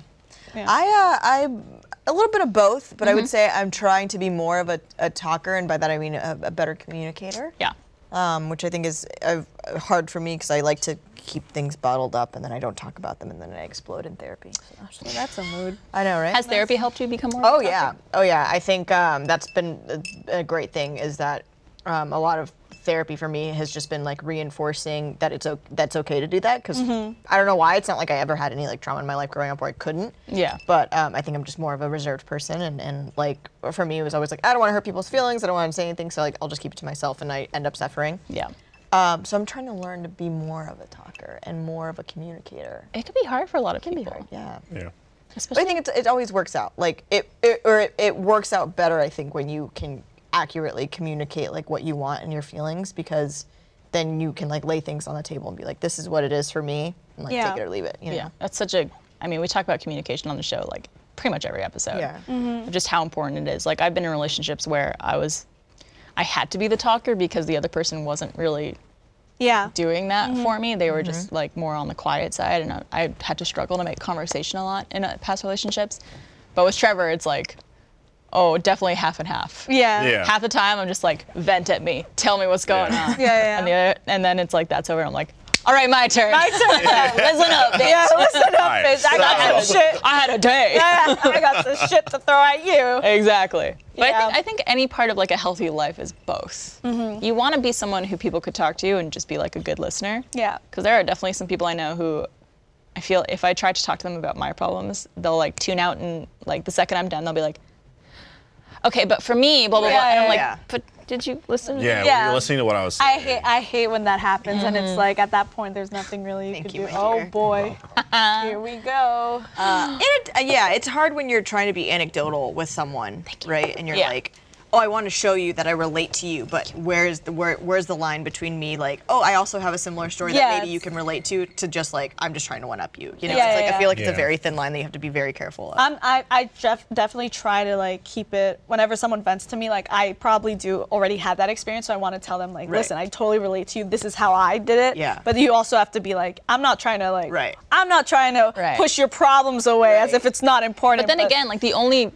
Mm-hmm.
I, uh, I, a little bit of both, but I would say I'm trying to be more of a, a talker, and by that I mean a, a better communicator.
yeah.
Um, which I think is uh, hard for me because I like to keep things bottled up, and then I don't talk about them, and then I explode in therapy. So-
That's a mood.
I know, right?
Has therapy helped you become more?
Oh yeah, oh yeah. I think um, that's been a, a great thing is that um, a lot of therapy for me has just been like reinforcing that it's o- that's okay to do that because I don't know why it's not like I ever had any like trauma in my life growing up where I couldn't.
Yeah.
But um, I think I'm just more of a reserved person and and like for me it was always like I don't want to hurt people's feelings I don't want to say anything so like I'll just keep it to myself and I end up suffering.
Yeah.
Um, so I'm trying to learn to be more of a talker and more of a communicator.
It could be hard for a lot of people.
Yeah.
yeah.
But I
Especially
think it, it always works out. Like it, it or it, it works out better. I think when you can accurately communicate like what you want and your feelings, because then you can like lay things on the table and be like, "This is what it is for me," and like
Yeah.
take it or leave it. You know?
yeah. That's such a I mean, we talk about communication on the show like pretty much every episode.
Yeah.
Of Just how important it is. Like I've been in relationships where I was I had to be the talker because the other person wasn't really
Yeah.
doing that
Mm-hmm.
for me. They were just like more on the quiet side, and I, I had to struggle to make conversation a lot in uh, past relationships. But with Trevor, it's like, oh, definitely half and half.
Yeah.
Yeah.
Half the time, I'm just like, vent at me, tell me what's going
Yeah.
on.
Yeah, yeah.
And the other, and then it's like that's over. I'm like, all right, my turn.
I
<laughs>
took that.
Listen up, bitch.
Yeah, listen up,
Alright,
bitch. I got some
so-
shit. <laughs>
I had a day.
I got some shit to throw at you.
Exactly. But I,
Yeah. Mm-hmm.
think, I think any part of like a healthy life is both. You want to be someone who people could talk to and just be like a good listener.
Yeah.
Because there are definitely some people I know who I feel if I try to talk to them about my problems, they'll like tune out and like the second I'm done, they'll be like, okay, but for me, blah, blah,
Yeah,
blah. And I'm
yeah,
like,
yeah.
but did you listen?
Yeah, well,
Yeah.
you're listening to what I was
I
saying.
hate I hate when that happens and
Mm-hmm.
it's like at that point there's nothing really you
Thank
can
you,
do.
my
Oh
dear.
boy. Here we go.
<gasps> And it, uh, yeah, it's hard when you're trying to be anecdotal with someone, right? And you're
Yeah.
like, "Oh, I want to show you that I relate to you, but where's the where, where's the line between me like, oh, I also have a similar story that maybe
Yes.
you can relate to, to just like I'm just trying to one up you. You know,
Yeah,
it's like
yeah, Uh,
I
yeah.
feel like it's a
Yeah.
very thin line that you have to be very careful of.
I'm, Um, I, I def- definitely try to like keep it whenever someone vents to me like I probably do already have that experience so I want to tell them like
Right.
listen I totally relate to you this is how I did it
Yeah.
but you also have to be like I'm not trying to like
Right.
I'm not trying to
Right.
push your problems away as
Right.
if it's not important
But then again, like the only,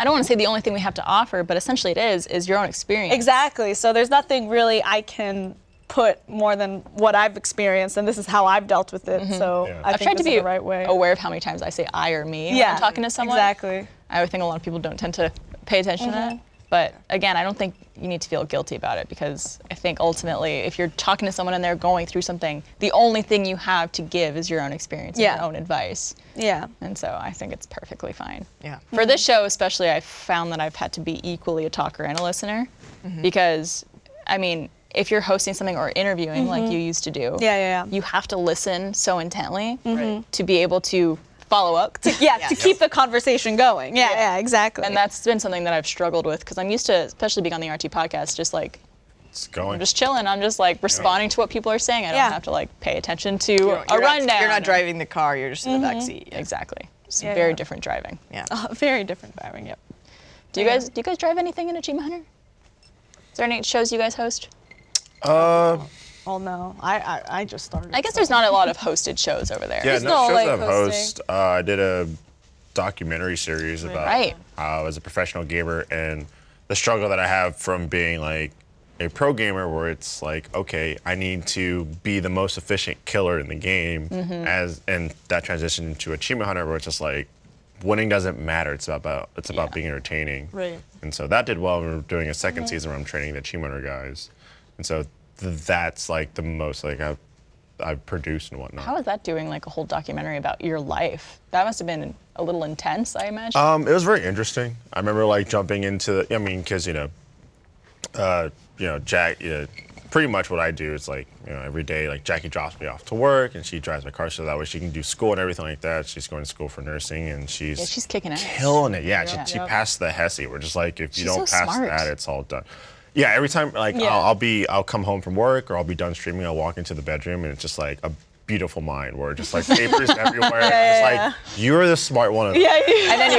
I don't want to say the only thing we have to offer, but essentially it is, is your own experience.
exactly so there's nothing really I can put more than what I've experienced and this is how I've dealt with it so
Yeah.
I
I've
think
tried
this
to
is
be
the right way
aware of how many times I say I or me when
yeah
I'm talking to someone.
exactly
I would think a lot of people don't tend to pay attention to
Mm-hmm.
that. But again, I don't think you need to feel guilty about it because I think ultimately, if you're talking to someone and they're going through something, the only thing you have to give is your own experience and
Yeah.
your own advice.
yeah
And so I think it's perfectly fine.
Yeah.
For this show, especially, I found that I've had to be equally a talker and a listener
Mm-hmm.
because, I mean, if you're hosting something or interviewing like you used to do,
Mm-hmm. Yeah, yeah, Mm-hmm. yeah.
you have to listen so intently
Right.
to be able to follow up.
yeah, to keep the conversation going. Yeah, yeah, exactly. <laughs>
And that's been something that I've struggled with because I'm used to, especially being on the RT E podcast, just like
It's going.
I'm just chilling. I'm just like responding to what people are saying. I don't
Yeah.
have to like pay attention to
You're-
a
you're not-
rundown.
You're not
or-
driving the car. You're just in the back seat. Yeah.
Exactly. It's
Yeah,
very
yeah.
different driving.
Yeah.
Very different driving. Yep.
Do you guys do you guys drive anything in Achievement Hunter? Is there any shows you guys host?
uh,
Well, no, I I, I just started.
I guess there's not a lot of hosted shows over there.
yeah,
There's
no,
no,
shows
like,
I've
hosting.
host. Uh, I did a documentary series about
Right.
how I was uh, a professional gamer and the struggle that I have from being like a pro gamer, where it's like, okay, I need to be the most efficient killer in the game, as and that transition into achievement hunter, where it's just like winning doesn't matter. It's about it's about
Yeah.
being entertaining.
Right.
And so that did well. We We're doing a 2nd season where I'm training the achievement hunter guys, and so th- that's like the most like I've I've produced and whatnot.
How is that doing like a whole documentary about your life? That must have been a little intense, I imagine.
Uh,
Um, it was very interesting. I remember like jumping into the. I mean, because you know, uh, you know, Jack. You know, pretty much what I do is like you know every day like Jackie drops me off to work and she drives my car so that way she can do school and everything like that. She's going to school for nursing and she's
yeah, she's kicking ass.
killing it. Yeah,
Yeah.
she, she
Yep.
passed the HESI. We're just like, if
She's
you don't
so
pass
smart.
that, it's all done. Yeah, every time like
Yeah.
I'll, I'll be, I'll come home from work or I'll be done streaming. I'll walk into the bedroom and it's just like a beautiful mind where just
<laughs>
like papers everywhere. and it's like you're the smart one. Of
<laughs>
them.
Yeah.
<laughs>
you-
And then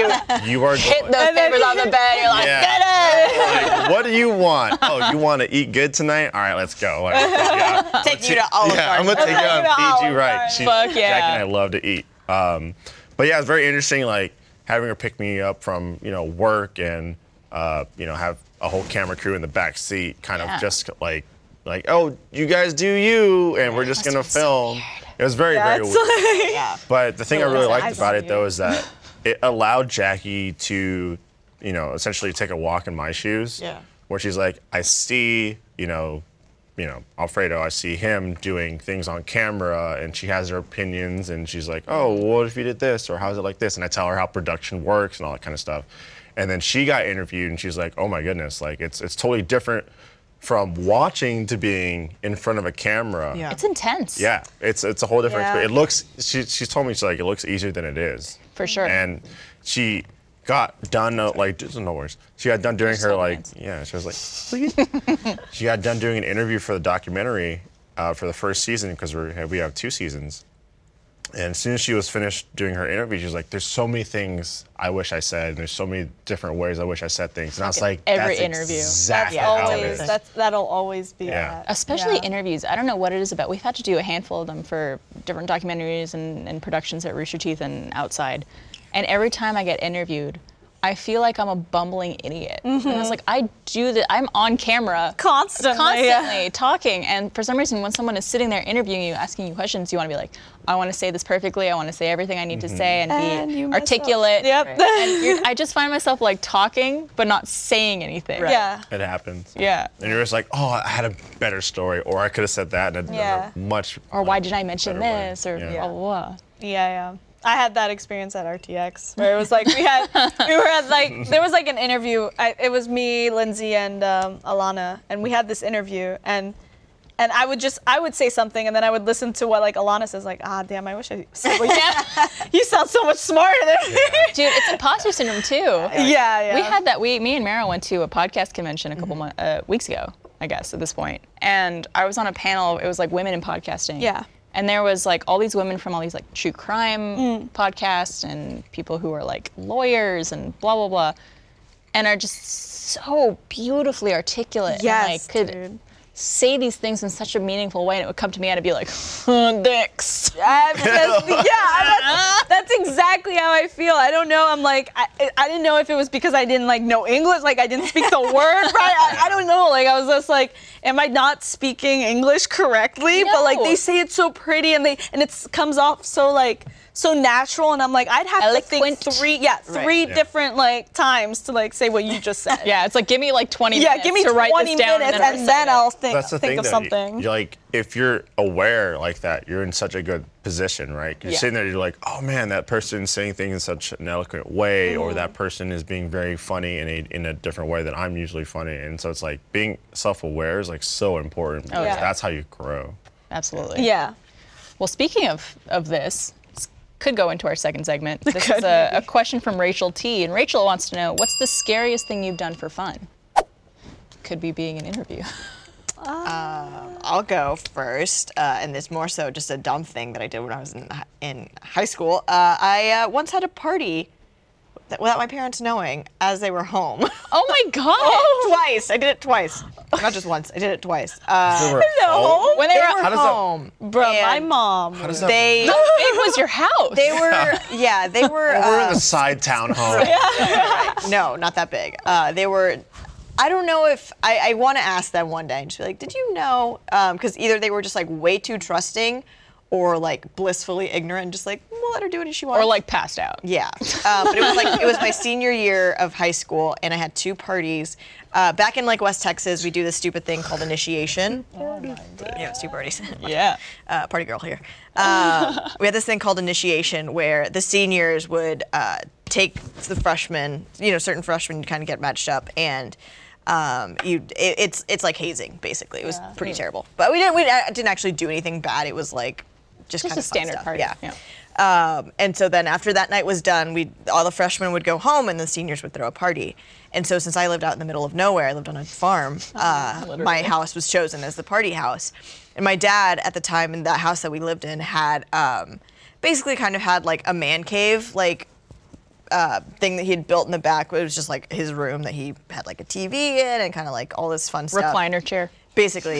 you
You are
hit
going-
those papers on the bed. You're like,
Yeah.
get it.
Like, what do you want? Oh, you want to eat good tonight? All right, let's go.
<laughs>
Like, yeah.
Take you to
Oh,
Olive
Yeah,
Garden.
I'm gonna take you out
Let's
and
go to
feed you
Olive
right.
Garden.
Fuck yeah.
Jack and I love to eat. Um, but yeah, it's very interesting. Like having her pick me up from you know work and uh, you know have a whole camera crew in the back seat, kind
Yeah.
of just like like oh you guys do you, and we're just gonna film. it was very very
That's
weird.
Yeah.
But the thing I really liked
eyes
about
on
it though is that it allowed Jackie to, you know, essentially take a walk in my shoes.
Yeah.
Where she's like, I see, you know, you know, Alfredo, I see him doing things on camera and she has her opinions and she's like, Oh, well, what if you did this? Or how's it like this? And I tell her how production works and all that kind of stuff. And then she got interviewed and she's like, Oh my goodness, like it's it's totally different from watching to being in front of a camera.
Yeah.
It's intense.
Yeah, it's it's a whole different.
Yeah.
expe- It looks. She, she's told me she's like it looks easier than it is.
For sure.
And she got done uh, like just no worries. She got done doing her like yeah. She was like, "Please." she got done doing an interview for the documentary uh, for the first season because we we have two seasons. And as soon as she was finished doing her interview, she was like, "There's so many things I wish I said, and there's so many different ways I wish I said things." And I was like,
every
That's
interview. That's
exactly
Yeah,
how it
always.
is."
That's that'll always be
Yeah.
that.
Especially
Yeah.
interviews. I don't know what it is about. We've had to do a handful of them for different documentaries and, and productions at Rooster Teeth and outside. And every time I get interviewed, I feel like I'm a bumbling idiot. And I was like, I do that. I'm on camera
Mm-hmm. constantly.
constantly talking. And for some reason, when someone is sitting there interviewing you, asking you questions, you want to be like, I want to say this perfectly. I want to say everything I need to say and,
Mm-hmm. And
be
you mess up.
articulate.
Yep.
And you're- I just find myself like talking, but not saying anything.
<laughs> Yeah.
It happens.
Yeah.
And you're just like, oh, I had a better story, or I could have said that and
Yeah.
yeah. much.
Or why did I mention
Better way.
this? Or
Yeah.
blah, blah, blah.
Yeah, yeah. I had that experience at RTX where it was like we
<laughs>
had we were at like there was like an interview. I, it was me, Lindsay, and um, Alana, and we had this interview and. And I would just I would say something and then I would listen to what like Alana says like ah damn I wish I said what
<laughs>
you- you sound so much smarter than me <laughs>
Dude, it's imposter syndrome too.
yeah yeah
We had that. We, me and Mara went to a podcast convention a couple
Mm-hmm.
months uh, weeks ago, I guess, at this point. And I was on a panel. It was like women in podcasting.
Yeah.
And there was like all these women from all these like true crime
Mm.
podcasts and people who are like lawyers and blah blah blah, and are just so beautifully articulate.
yes
and, like, could
dude.
say these things in such a meaningful way, and it would come to me and I'd be like, dicks. <laughs>
I'm just- yeah, that's, that's exactly how I feel. I don't know. I'm like, I, I didn't know if it was because I didn't like know English, like I didn't speak
<laughs>
the word right. I, I don't know. Like I was just like, am I not speaking English correctly? But like
No.
they say it's so pretty, and they and it comes off so like so natural, and I'm like, I'd have
Eloquent.
to think three, yeah, three
Right.
Yeah.
different like times to like say what you just said.
Yeah, it's like give me like 20
Yeah,
minutes
give me
to
20
write this
minutes,
down,
and
and then,
then, I'll think,
That's the
think
thing
of
though, you-
something.
You're like, if you're aware like that, you're in such a good position, right? You're
Yeah.
sitting there, you're like, oh man, that person's saying things in such an eloquent way, or that person is being very funny in a in a different way that I'm usually funny. And so it's like being self-aware is like so important because
yeah.
that's how you grow.
absolutely.
yeah.
Well, speaking of of this, this could go into our second segment. This is a, a question from Rachel T. And Rachel
<laughs>
wants to know, what's the scariest thing you've done for fun? Could be being an interview.
I'll go first, uh, and it's more so just a dumb thing that I did when I was in, hi- in high school. Uh, I uh, once had a party that, without my parents knowing as they were home. <laughs>
Oh my god! Oh,
twice. I did it twice. Not just once. I did it twice. Uh,
They were all-
When they,
they
were,
were
How does that-
home.
Bro, my
and
mom.
Oh. How does that?
They
it was your house.
<laughs> they were yeah they were.
we're in
uh,
a side town home.
no, not that big. Uh, they were. I don't know if I, I want to ask them one day and just be like, "Did you know?" Because either they were just like way too trusting, or like blissfully ignorant, just like we'll let her do what she wants.
or like passed out.
Yeah, uh, but it was like it was my senior year of high school, and I had two parties. Uh, back in like West Texas, we do this stupid thing called initiation. Yeah, it's two parties.
Yeah.
uh, party girl here.
<laughs>
Uh, we had this thing called initiation where the seniors would uh, take the freshmen, you know, certain freshmen kind of get matched up, and um, you it, it's it's like hazing basically. It was pretty terrible, but we didn't we didn't actually do anything bad. It was like just,
Just
kind
a
of
standard party.
Yeah. Um, and so then after that night was done, we all the freshmen would go home, and the seniors would throw a party. And so since I lived out in the middle of nowhere, I lived on a farm. Uh, my house was chosen as the party house, and my dad at the time in that house that we lived in had um, basically kind of had like a man cave, like uh, thing that he had built in the back. It was just like his room that he had like a TV in and kind of like all this fun stuff.
Recliner chair.
Basically,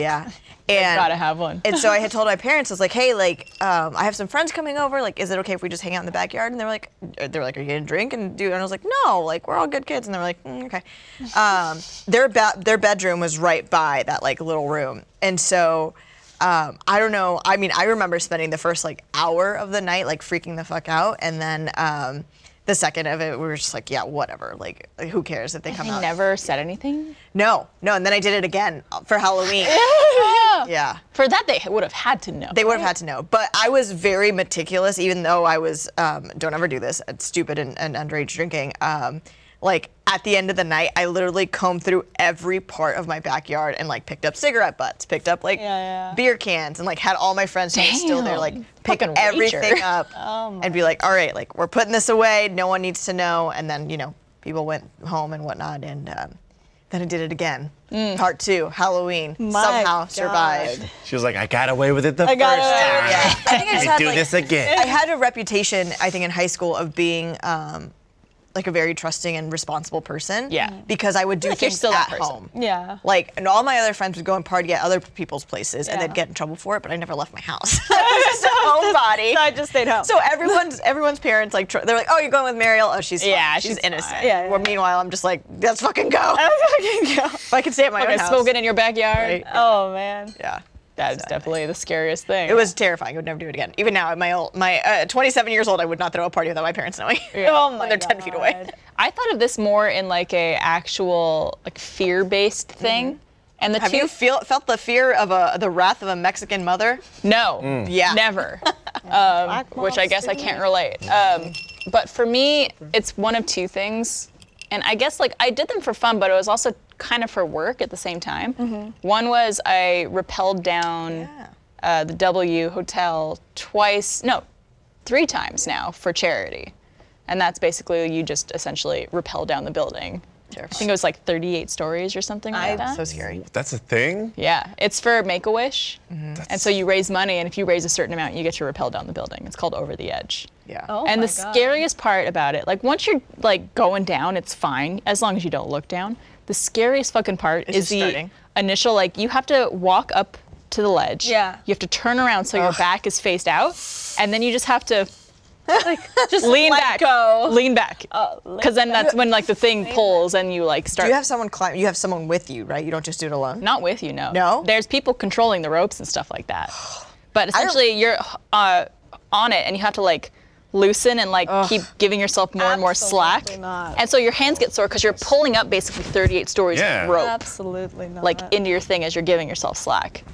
<laughs>
yeah. And
gotta have one.
and so I had told my parents, I was like, "Hey, like, um, I have some friends coming over. Like, is it okay if we just hang out in the backyard?" And they were like, "They were like, are you gonna drink and do?" And I was like, "No, like, we're all good kids." And they were like, "Mm,
<laughs>
"Okay." Um, their ba- their bedroom was right by that like little room, and so. Um, I don't know. I mean, I remember spending the first like hour of the night like freaking the fuck out, and then um, the second of it, we were just like, yeah, whatever. Like, who cares if they come
I
out?
never said anything.
No, no. And then I did it again
<laughs>
for Halloween. <laughs> yeah.
For that, they would have had to know.
They would have had to know. But I was very meticulous, even though I was, um, don't ever do this, it's stupid and, and underage drinking. Um, like at the end of the night, I literally combed through every part of my backyard and like picked up cigarette butts, picked up like
Yeah, yeah.
beer cans, and like had all my friends who were still there like
Damn.
pick
Fucking
everything
rager.
<laughs>
up
Oh
and be like, all right, like we're putting this away. No one needs to know. And then you know people went home and whatnot, and um, then I did it again. Part two, Halloween,
Mm. My
somehow
God.
survived.
She was like, I got away with it the
I got
first
away
time.
with
Oh, Yeah. I think I
Let
just
me
had,
do
like-
this again.
I had a reputation, I think, in high school of being um, like a very trusting and responsible person.
Yeah. Mhm.
Because I would do
you're
things
still that
at
person.
home.
Yeah.
Like, and all my other friends would go and party at other people's places, and
Yeah.
they'd get in trouble for it. But I never left my house. <laughs> I was just a homebody.
I just stayed home.
So everyone's everyone's parents like tr- they're like, oh, you're going with Mariel? Oh, she's fine.
Yeah,
she's,
she's
innocent.
fine.
Yeah, yeah,
Well,
yeah. Oh.
meanwhile, I'm just like, let's fucking go.
<laughs> fucking go.
if I could stay at my own
Okay,
house.
smoking in your backyard.
Right.
Oh man.
Yeah.
That is definitely the scariest thing.
It was terrifying. I would never do it again. Even now, at my old, my uh, 27 years old, I would not throw a party without my parents
<laughs>
knowing.
Oh my
when they're 10 feet away.
God.
I thought of this more in like a actual like fear-based thing. And the
Mm-hmm. Have
two
you feel, felt the fear of a the wrath of a Mexican mother?
No.
Yeah. <laughs>
Never. um, which I guess I can't relate. Um, but for me, it's one of two things. And I guess like I did them for fun, but it was also kind of for work at the same time.
Mm-hmm.
One was I rappelled down uh, the W Hotel twice, no, three times now for charity. And that's basically you just essentially rappel down the building. I think it was like 38 stories or something like that.
so scary.
That's a thing?
Yeah, it's for Make a Wish,
Mm-hmm.
and so you raise money, and if you raise a certain amount, you get to rappel down the building. It's called Over the Edge.
Yeah.
Oh
and
my
the
God.
scariest part about it, like once you're like going down, it's fine as long as you don't look down. The scariest fucking part
It's
is
just
the
starting.
initial like you have to walk up to the ledge.
Yeah.
You have to turn around so your back is faced out, and then you just have to
Just
lean
let
back.
Go. Uh,
Lean back.
lean
Because then that's when like the thing pulls and you like start.
You have someone climb. You have someone with you, right? You don't just do it alone.
Not with you, no.
No?
There's people controlling the ropes and stuff like
<sighs>
that. But essentially, you're uh, on it and you have to like loosen and like keep giving yourself more and more slack.
Absolutely not.
And so your hands get sore because you're pulling up basically 38 stories
Yeah.
of rope
Absolutely not.
like into your thing as you're giving yourself slack.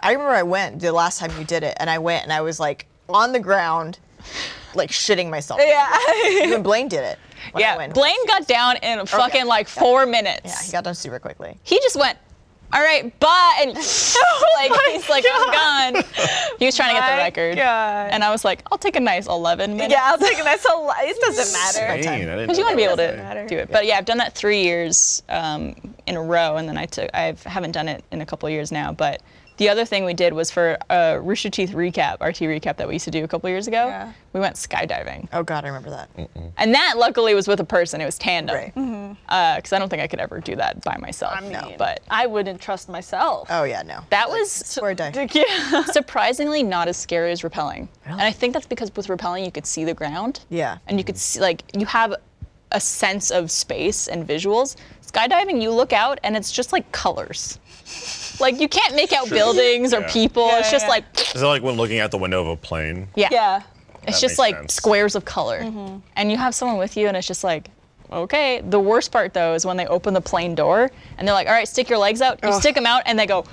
I remember I went the last time you did it, and I went and I was like on the ground, like shitting myself.
Yeah.
Even Blaine did it. when I
yeah,
went.
Blaine got down in fucking like four minutes.
Yeah, he got done super quickly.
he just went, all right, bye, and <laughs>
Oh
like he's like, I'm gone. He was trying to get the
My
record,
God.
and I was like, I'll take a nice 11 minutes.
<laughs> Yeah, I'll take it. That's a lot. It doesn't matter.
Dang, I didn't
Because you
know
want to be able
that was a
to
thing.
matter.
do it. But yeah, I've done that three years um, in a row, and then I took. I haven't done it in a couple of years now, but the other thing we did was for a Rooster Teeth recap, RT recap that we used to do a couple of years ago.
Yeah.
We went skydiving,
Oh God, I remember that.
Mm.
and that luckily was with a person. It was tandem,
Right.
because I don't think I could ever do that by myself.
mean,
but
I wouldn't trust myself.
Uh,
Oh yeah, no.
that was
Where I die.
<laughs> yeah.
surprisingly not as scary as rappelling. And I think that's because with rappelling you could see the ground.
Yeah.
And you could see like you have a sense of space and visuals. Skydiving you look out and it's just like colors. Like you can't make out
Sure.
buildings or
Yeah.
people.
Yeah,
it's just
yeah.
like
Is it like when looking out the window of a plane?
yeah.
yeah. Mm-hmm.
It's
That
just
makes
like
sense.
squares of color. And you have someone with you and it's just like okay. The worst part though is when they open the plane door and they're like, "All right, stick your legs out." You stick 'em stick them out and they go like,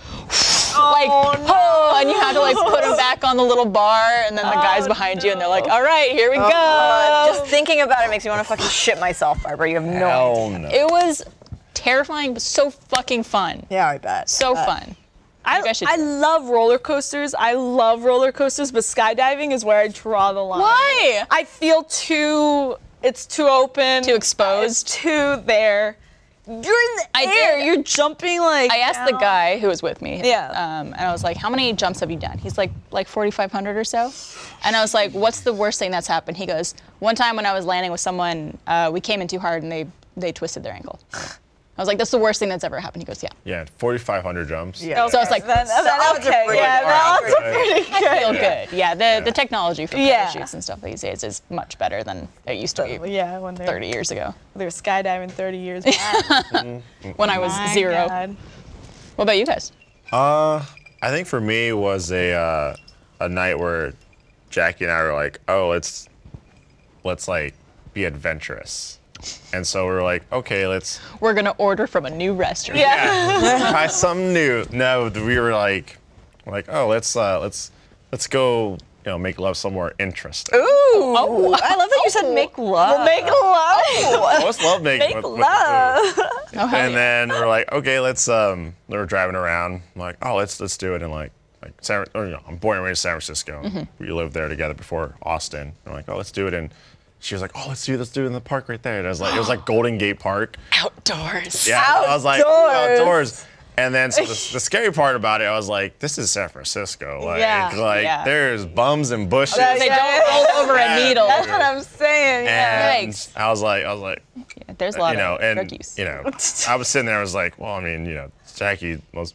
oh, and you have to like put them back on the little bar, and then
Oh,
the guy's behind you, and they're like, all right, here we
God,
go.
just thinking about it makes me want to fucking shit myself, Barbara. You have no idea.
Hell Oh, no.
it was terrifying, but so fucking fun.
Yeah, Uh, I bet.
So
But-
fun.
I,
Maybe I should-
I love roller coasters. I love roller coasters, but skydiving is where I draw the line.
Why?
I feel too. It's too open.
Too exposed?
It's too there. You're in the
I
air.
did.
You're jumping like.
I asked the
down.
guy who was with me.
Yeah.
Um, and I was like, how many jumps have you done? He's like, like 4,500 or so. And I was like, what's the worst thing that's happened? He goes, one time when I was landing with someone, uh, we came in too hard and they they twisted their ankle. I was like, that's the worst thing that's ever happened. He goes, yeah.
Yeah, 4,500 jumps.
Yeah.
So it's like,
That, that,
was a
okay,
pretty
yeah,
good
that
argument.
was a pretty good.
feel good. Yeah, the, the technology for
Yeah.
parachutes and stuff these days is much better than it used to be
<laughs> Yeah, when they're
30 years ago
they were skydiving 30 years back.
when I was zero.
God.
What about you guys?
I think for me was a uh, a night where Jackie and I were like, oh, let's let's like be adventurous, and so we were like, okay,
<laughs>
let's
We're gonna order from a new restaurant.
Yeah.
yeah, try something new. No, we were like, like oh, let's uh, let's let's go, you know, make love somewhere interesting. Ooh.
Ooh, I love that you
Oh.
said make love.
Well, make love.
Let's love making
Make
with- with the
love.
food.
<laughs> Oh, hell
and
yeah.
then we're like, okay, let's. Um, we we're driving around. I'm like, oh, let's let's do it in like like San. Or, you know, I'm born and raised in San Francisco.
Mm-hmm.
We lived there together before Austin. I'm like, oh, let's do it in. She was like, oh, let's do let's do it in the park right there. And I was like, it was
<gasps>
like Golden Gate Park.
outdoors.
Yeah, I was like
Outdoors.
outdoors. And then so
<laughs>
the, the scary part about it, I was like, this is San Francisco. Like,
Yeah,
like
yeah.
there's bums and bushes.
They
Yeah.
don't roll over a
Yeah.
needle. <laughs>
That's what I'm saying. Yeah.
and
Yikes.
I was like, I was like,
There's a lot
you know,
of
and
drug use.
you
<laughs>
know, I was sitting there. I was like, well, I mean, you know, Jackie, most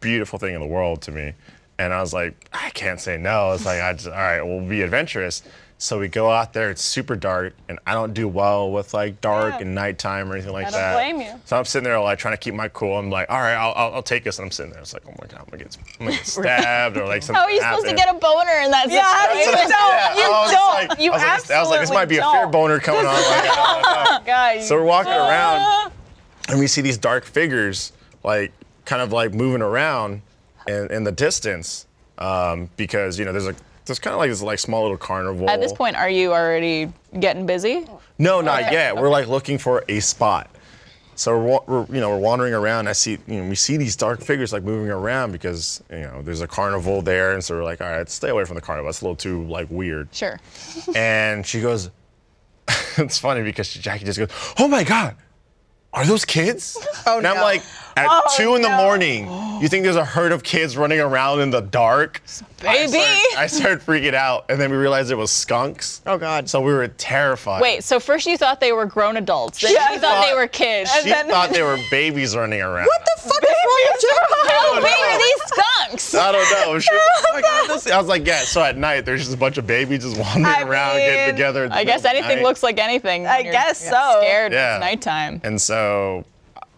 beautiful thing in the world to me, and I was like, I can't say no. It's like, I just, all right, we'll be adventurous. So we go out there. It's super dark, and I don't do well with like dark
Yeah.
and nighttime or anything like
I don't
that.
blame you.
So I'm sitting there like trying to keep my cool. I'm like, all right, I'll, I'll, I'll take this. And I'm sitting there. It's like, oh my god, I'm gonna get,
<laughs>
I'm gonna get stabbed or like something.
How are you Oh, supposed to
happened.
get a boner in that
Yeah,
situation?
<laughs> you don't. You
I
don't.
was just Like,
you
I was like, this- I was like, this might be a
absolutely
fear boner coming
<laughs>
on. Like, I don't know.
don't. Guys.
So we're walking
Ah.
around, and we see these dark figures, like kind of like moving around in, in the distance, um, because you know there's a there's kind of like this like small little carnival.
At this point, are you already getting busy?
no, not yet. We're like looking for a spot. So we're, wa- we're you know we're wandering around. I see you know we see these dark figures like moving around because you know there's a carnival there, and so we're like, all right, stay away from the carnival. It's a little too like weird.
Sure.
And she goes, <laughs> it's funny because Jackie just goes, oh my God, are those kids? and I'm
no.
like, at two in the morning, you think there's a herd of kids running around in the dark? I
Baby.
started- I started freaking out. And then we realized it was skunks.
Oh, God.
So we were terrified.
Wait, so first you thought they were grown adults, then
Yeah,
you
I
thought they
thought-
were kids.
She thought they were babies running around.
What the fuck is wrong
<laughs>
with
How
you?
big are these skunks?
I don't know. She was, like, "Oh my God, this-" I was like, yeah. So at night, there's just a bunch of babies just wandering
I
around, getting
mean,
together. in the
I guess
middle of the
anything
night.
looks like anything. when
I
you're
guess so.
Scared. when
Yeah.
It's nighttime.
And so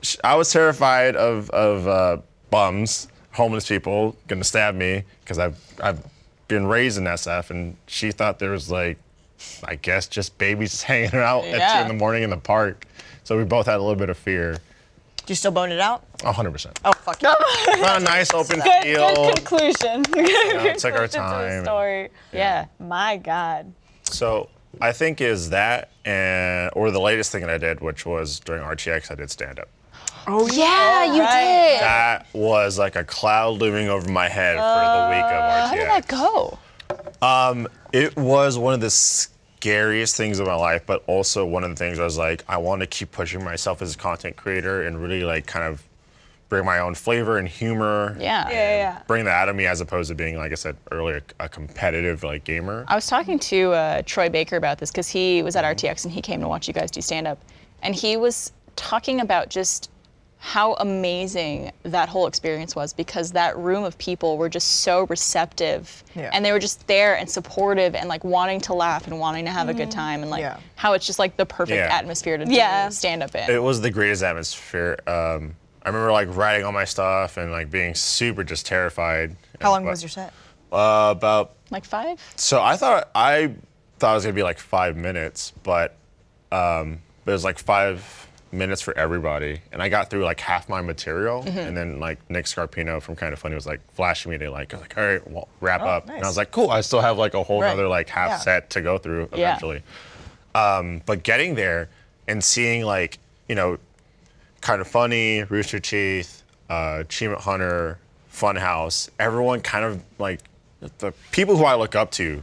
sh- I was terrified of, of uh, bums, homeless people gonna stab me because I've, I've been raised in SF and she thought there was like, I guess just babies <laughs> hanging out at
Yeah.
two in the morning in the park. So we both had a little bit of fear.
Did you still bone it out?
100%.
Oh fuck. No.
<laughs> Not a nice open
Good,
field.
good conclusion. Good
it took our
conclusion to the
time.
story.
Yeah.
My God.
So I think is that and or the latest thing that I did, which was during RTX, I did stand up.
Oh, yeah, you
right.
did.
That was like a cloud looming over my
Uh,
head for the week of RTX.
How did that go?
It was one of the scariest things of my life, but also one of the things I was like, I want to keep pushing myself as a content creator and really like kind of bring my own flavor and humor.
Yeah.
Yeah, yeah, yeah.
Bring that out of me as opposed to being, like I said earlier, a competitive like gamer.
I was talking to uh, Troy Baker about this because he was at RTX and he came to watch you guys do stand up. And he was talking about just how amazing that whole experience was because that room of people were just so receptive
Yeah.
and they were just there and supportive and like wanting to laugh and wanting to have a good time and like
Yeah.
how it's just like the perfect
Yeah.
atmosphere to
Yeah.
do stand up in.
it was the greatest atmosphere. Um, I remember like writing all my stuff and like being super just terrified.
How long was your set?
Uh, about
like five?
So I thought I thought it was gonna be like five minutes, but um, it was like five minutes for everybody, and I got through like half my material,
Mm-hmm.
and then like Nick Scarpino from Kind of Funny was like flashing me to like, I was like all right, well, wrap up, and I
Oh, nice.
was like, cool, I still have like a whole
Right.
other like half
Yeah.
set to go through
Yeah.
eventually. Um, but getting there and seeing like you know, kind of funny, Rooster Teeth, uh, Achievement Hunter, Funhouse, everyone kind of like the people who I look up to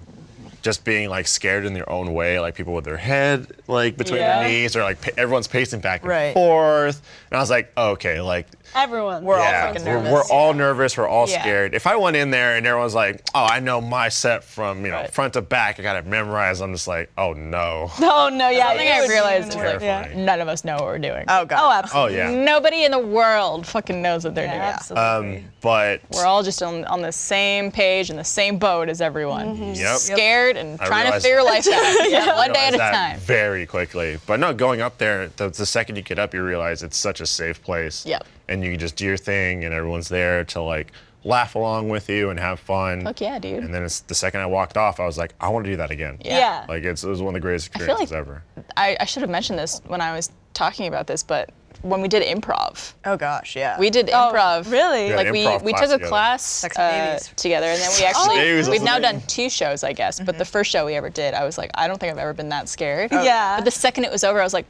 just being like scared in their own way, like people with their head like between
Yeah.
their knees or like pa- everyone's pacing back and
Right.
forth. And I was like, okay, like
Everyone.
We're all
yeah,
freaking
we're,
nervous.
we're all nervous, we're all
Yeah.
scared. If I went in there and everyone's like, oh, I know my set from you know
Right.
front to back, I got it memorized. I'm just like, oh no,
<laughs>
Oh no, yeah.
I think I realized is like
Terrifying.
none of us know what we're doing.
Oh god.
Oh, absolutely.
oh yeah.
Nobody in the world fucking knows what they're doing.
Um,
Absolutely.
But
We're all just on, on the same page and the same boat as everyone.
Yep.
Scared and
I
trying to
realized
figure
that.
life out. yeah, one day at a
realized that
time.
Very quickly. But no, going up there, the, the second you get up, you realize it's such a safe place.
Yep.
And you can just do your thing, and everyone's there to like laugh along with you and have fun.
Fuck yeah, dude.
And then it's the second I walked off, I was like, I want to do that again.
Yeah.
Yeah.
Like it's, it was one of the greatest
feel like-
experiences ever.
I, I should have mentioned this when I was talking about this, but when we did improv,
Oh gosh, yeah.
we did
Oh,
improv.
really? Yeah,
Like
an
we,
improv
we
class
took a
together.
class
Sex
uh,
babies.
together, and then we actually
Babies was
we've
the
now
thing.
done two shows, I guess. But the first show we ever did, I was like, I don't think I've ever been that scared.
Yeah.
But the second it was over, I was like,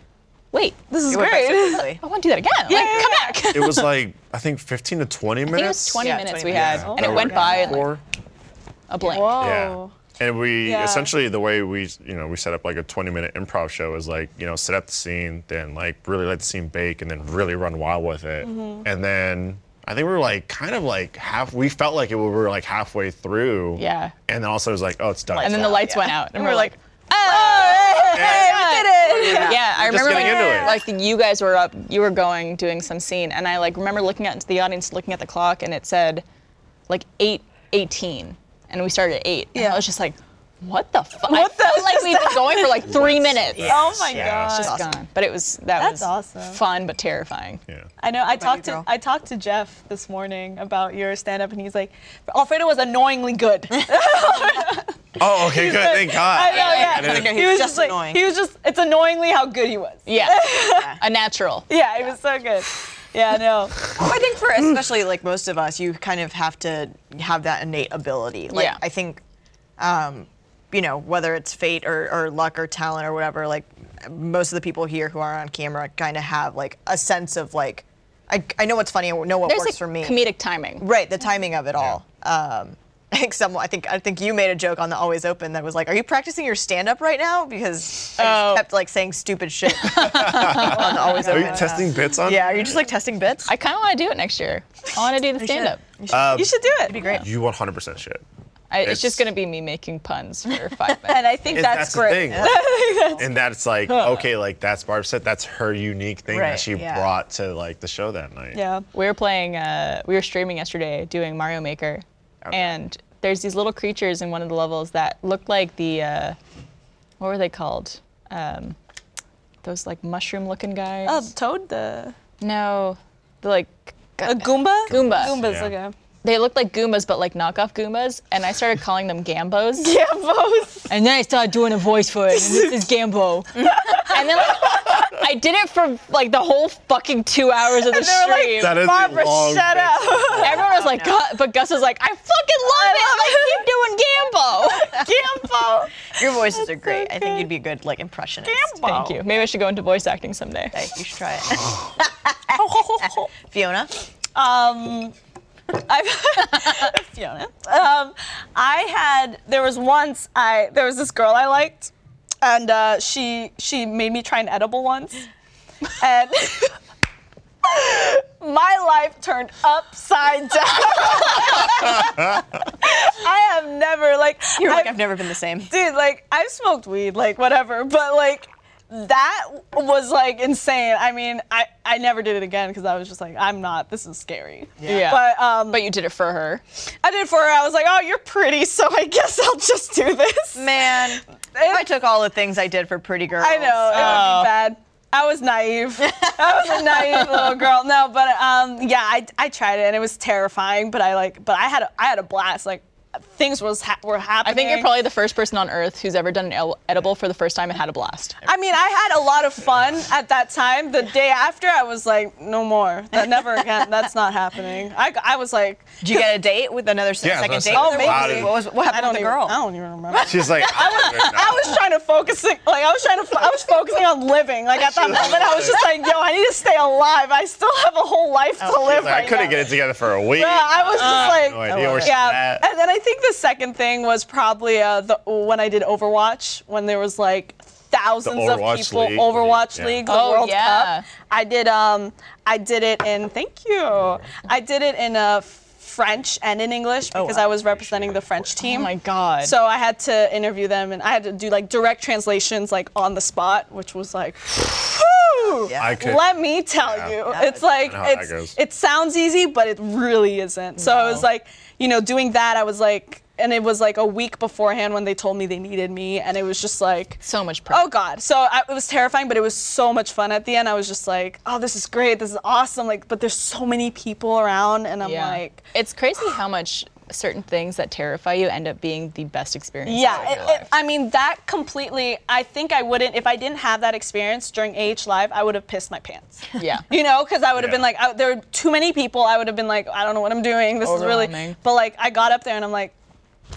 wait,
This is
It went back so <laughs>
great.
quickly.
I want to do that again. like,
yeah,
come back.
It was like I think 15 to 20 minutes.
I think it was 20
Yeah,
minutes
20
we
minutes.
had,
Yeah,
and
that
it went
worked.
by in like
Or-
a blink.
Yeah.
Whoa.
And we
Oh. Yeah.
essentially the way we you know we set up like a 20 minute improv show is like you know set up the scene, then like really let the scene bake, and then really run wild with it. And then I think we were like kind of like half. We felt like it, we were like halfway through.
Yeah.
And then also it was like oh it's done.
and then the lights went out, and, we're, like, "Oh,
Hey, we did it.
yeah. I
We're just
remember
getting into
when,
it.
like you guys were up, you were going doing some scene, and I like remember looking at the audience, looking at the clock, and it said like eight eighteen, and we started at eight. Yeah, and I
Yeah.
was just like, what the fuck? What I felt like we've been going for like three minutes.
Oh my
Yeah.
god.
It's
awesome.
gone. But it was that
That's
was
awesome.
fun but terrifying.
yeah.
<laughs> I know.
about
I
you,
talked to
girl?
I talked to Jeff this morning about your stand up, and he's like, "Alfredo was annoyingly good." <laughs> no,
Oh okay good thank God.
yeah.
didn't-
Okay,
he
he's
was
just
just like
annoying.
he was just. It's annoyingly how good he was.
Yeah, a natural.
Yeah, he was so good. Yeah, I know.
Well, I think for especially like most of us, you kind of have to have that innate ability. Like
Yeah.
I think, um, you know, whether it's fate or, or luck or talent or whatever, like most of the people here who are on camera kind of have like a sense of like, I, I know what's funny, I know what
There's
works
like
for me.
comedic timing.
Right, the timing of it all. Um, <laughs> I think someone, I think I think you made a joke on the Always Open that was like, "Are you practicing your stand up right now?" Because I just
Oh.
kept like saying stupid shit on the Always
Are
Open.
you testing bits on?
Yeah, are you just like testing bits?
I kind of want to do it next year. I want to do the
should.
stand up.
you should do it. It'd be great.
You 100% shit.
It's, it's just
It's-
going to be me making puns for five minutes.
And I think
It-
that's,
the
great.
thing. and that's like okay, like that's Barb said. That's her unique thing
Right,
that she
yeah.
brought to like the show that night.
Yeah.
We were playing, uh, we were streaming yesterday doing Mario Maker, and there's these little creatures in one of the levels that look like the, uh, what were they called? Um, those like mushroom looking guys?
Oh, Toad the
no, the like,
a Goomba.
Goomba.
Goomba's
Yeah.
okay. <laughs>
they look like Goombas, but like knockoff Goombas, and I started calling them Gambos.
Yeah, both.
<laughs> And then I started doing a voice for it. And this is Gambo. <laughs> and then like, I did it for like the whole fucking two hours of the
they were like,
stream.
<laughs> That is a
Barbara,
long
shut
bit.
up.
Everyone was like, "Gus," but Gus was like, I fucking love it.
<laughs>
Like, keep doing Gambo. Gambo.
Your voices are great. I think you'd be a good like impressionist.
Thank you. Maybe I should go into voice acting someday.
Okay, you should try it. Fiona,
um, <laughs> I've, Fiona. Um, I had there was once I there was this girl I liked, and uh, she she made me try an edible once, and <laughs> my life turned upside down. <laughs> I have never like
You're like,
I've-
I've never been the same.
dude like i've smoked weed like whatever but like that was like insane i mean i i never did it again because i was just like i'm not this is scary
Yeah.
but um
But you did it for her.
i did it for her i was like oh you're pretty so i guess <laughs> i'll just do this
Man, if I took all the things I did for pretty girls.
Oh,
i know it would be bad I
<laughs>
was naive. I was a naive little girl. No, but um, yeah, I, I tried it and it was terrifying. But I like, but I had a, I had a blast. Like, things was ha- were happening.
I think you're probably the first person on earth who's ever done an el- edible for the first time and had a blast.
I mean, I had a lot of fun at that time. The day after, I was like, no more. That never again. That's not happening. I, I was like,
Did you get a date with another s-
Yeah,
second
that's
date?
what
oh,
I
with
maybe.
her?
Wow,
what, was, what
I
happened with
don't
the
even,
girl?
I don't even remember.
She's like,
<laughs> I was trying to focus, like I was trying to, fo- I was focusing on living. Like at that moment, I was just like, yo, I need to stay alive. I still have a whole life to live.
Oh, I
right
couldn't
now.
get it together for a week.
Yeah, <laughs> I was
Uh,
just like,
no idea where she's
yeah.
at.
And then I think the second thing was probably uh, the when I did Overwatch, when there was like thousands
The
of
Overwatch
people
League,
Overwatch
yeah.
League, the
Oh,
World
yeah.
Cup. I did um I did it in thank you. I did it in uh, French and in English because I was representing the French team.
Oh my God.
So I had to interview them and I had to do like direct translations like on the spot, which was like <laughs> whew.
I could.
Let me tell
Yeah.
you, it's like
know how that
it's,
goes.
it sounds easy, but it really isn't. So I was like, you know, doing that, I was like, and it was like a week beforehand when they told me they needed me, and it was just like,
So much prep.
oh god. So I, it was terrifying, but it was so much fun. At the end, I was just like, oh, this is great, this is awesome. Like, but there's so many people around, and I'm like.
it's crazy how much certain things that terrify you end up being the best experience.
Yeah, it- it- I mean that completely. I think I wouldn't if I didn't have that experience during AH Live. I would have pissed my pants.
Yeah.
<laughs> you know, because I would have
Yeah.
been like, I, there were too many people. I would have been like, I don't know what I'm doing. This is really.
Overwhelming.
But like, I got up there and I'm like,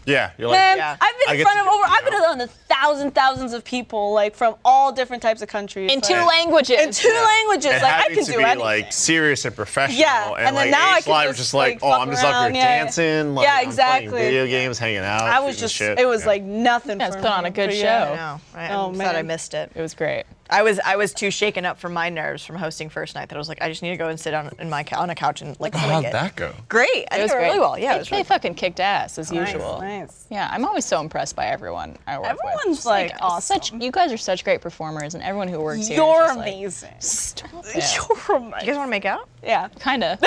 yeah, you're like,
man,
yeah.
I've been
I
in
get
front
to
of
get
over,
to
I've been
know.
around a thousand, thousands of people, like from all different types of countries.
In
like-
two languages.
in two languages, like
It
I
having
can
to
do
be
anything.
like serious and professional.
Yeah,
and,
and then
like,
now I
Ace
can
Live
just,
was just
like,
like, oh,
fuck
I'm just up
around,
here
yeah, yeah.
dancing. Like,
Yeah,
I'm playing
exactly.
video games, hanging out.
I was
shooting
just,
shit.
it was
Yeah.
like nothing.
Yeah, it's
for
put
me.
on a good
But
show.
I know. I,
Oh,
I'm sad I
man.
missed it.
It was great.
I was I was too shaken up from my nerves from hosting first night that I was like I just need to go and sit on in my cou- on a couch and like
How'd
flick it.
that go?
Great. I
It
did
was
it
great.
really well. Yeah,
they,
it was really
they fucking kicked ass as usual.
Nice.
Yeah, I'm always so impressed by everyone I work with.
Everyone's,
Just,
like, awesome.
Such, you guys are such great performers, and everyone who works here. is
You're
just, like,
amazing. <laughs>
Stop it.
You
You're
guys
amazing.
want to make out?
Yeah.
Kind
<laughs>
of.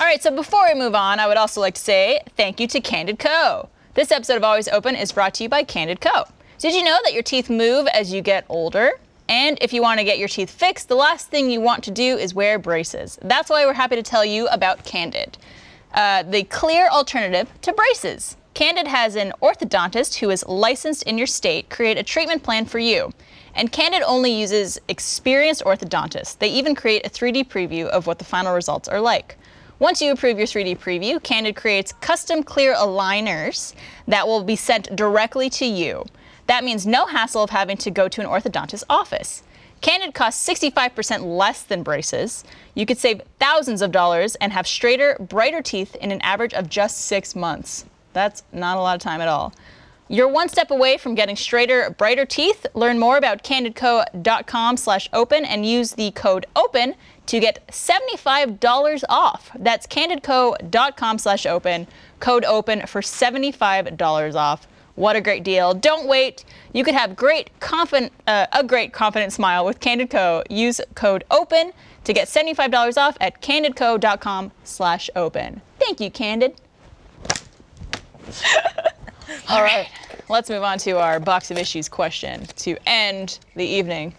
All right, so before we move on, I would also like to say thank you to Candid Co. This episode of Always Open is brought to you by Candid Co. Did you know that your teeth move as you get older? And if you want to get your teeth fixed, the last thing you want to do is wear braces. That's why we're happy to tell you about Candid, uh, the clear alternative to braces. Candid has an orthodontist who is licensed in your state create a treatment plan for you. And Candid only uses experienced orthodontists. They even create a 3D preview of what the final results are like. Once you approve your 3D preview, Candid creates custom clear aligners that will be sent directly to you. That means no hassle of having to go to an orthodontist's office. Candid costs 65% less than braces. You could save thousands of dollars and have straighter, brighter teeth in an average of just six months. That's not a lot of time at all. You're one step away from getting straighter, brighter teeth. Learn more about candidco.com slash open and use the code OPEN to get $75 off. That's candidco.com slash open, code OPEN for $75 off. What a great deal. Don't wait. You could have great confident, uh, a great confident smile with Candid Co. Use code OPEN to get $75 off at candidco.com slash open. Thank you, Candid. All right, let's move on to our box of issues question to end the evening.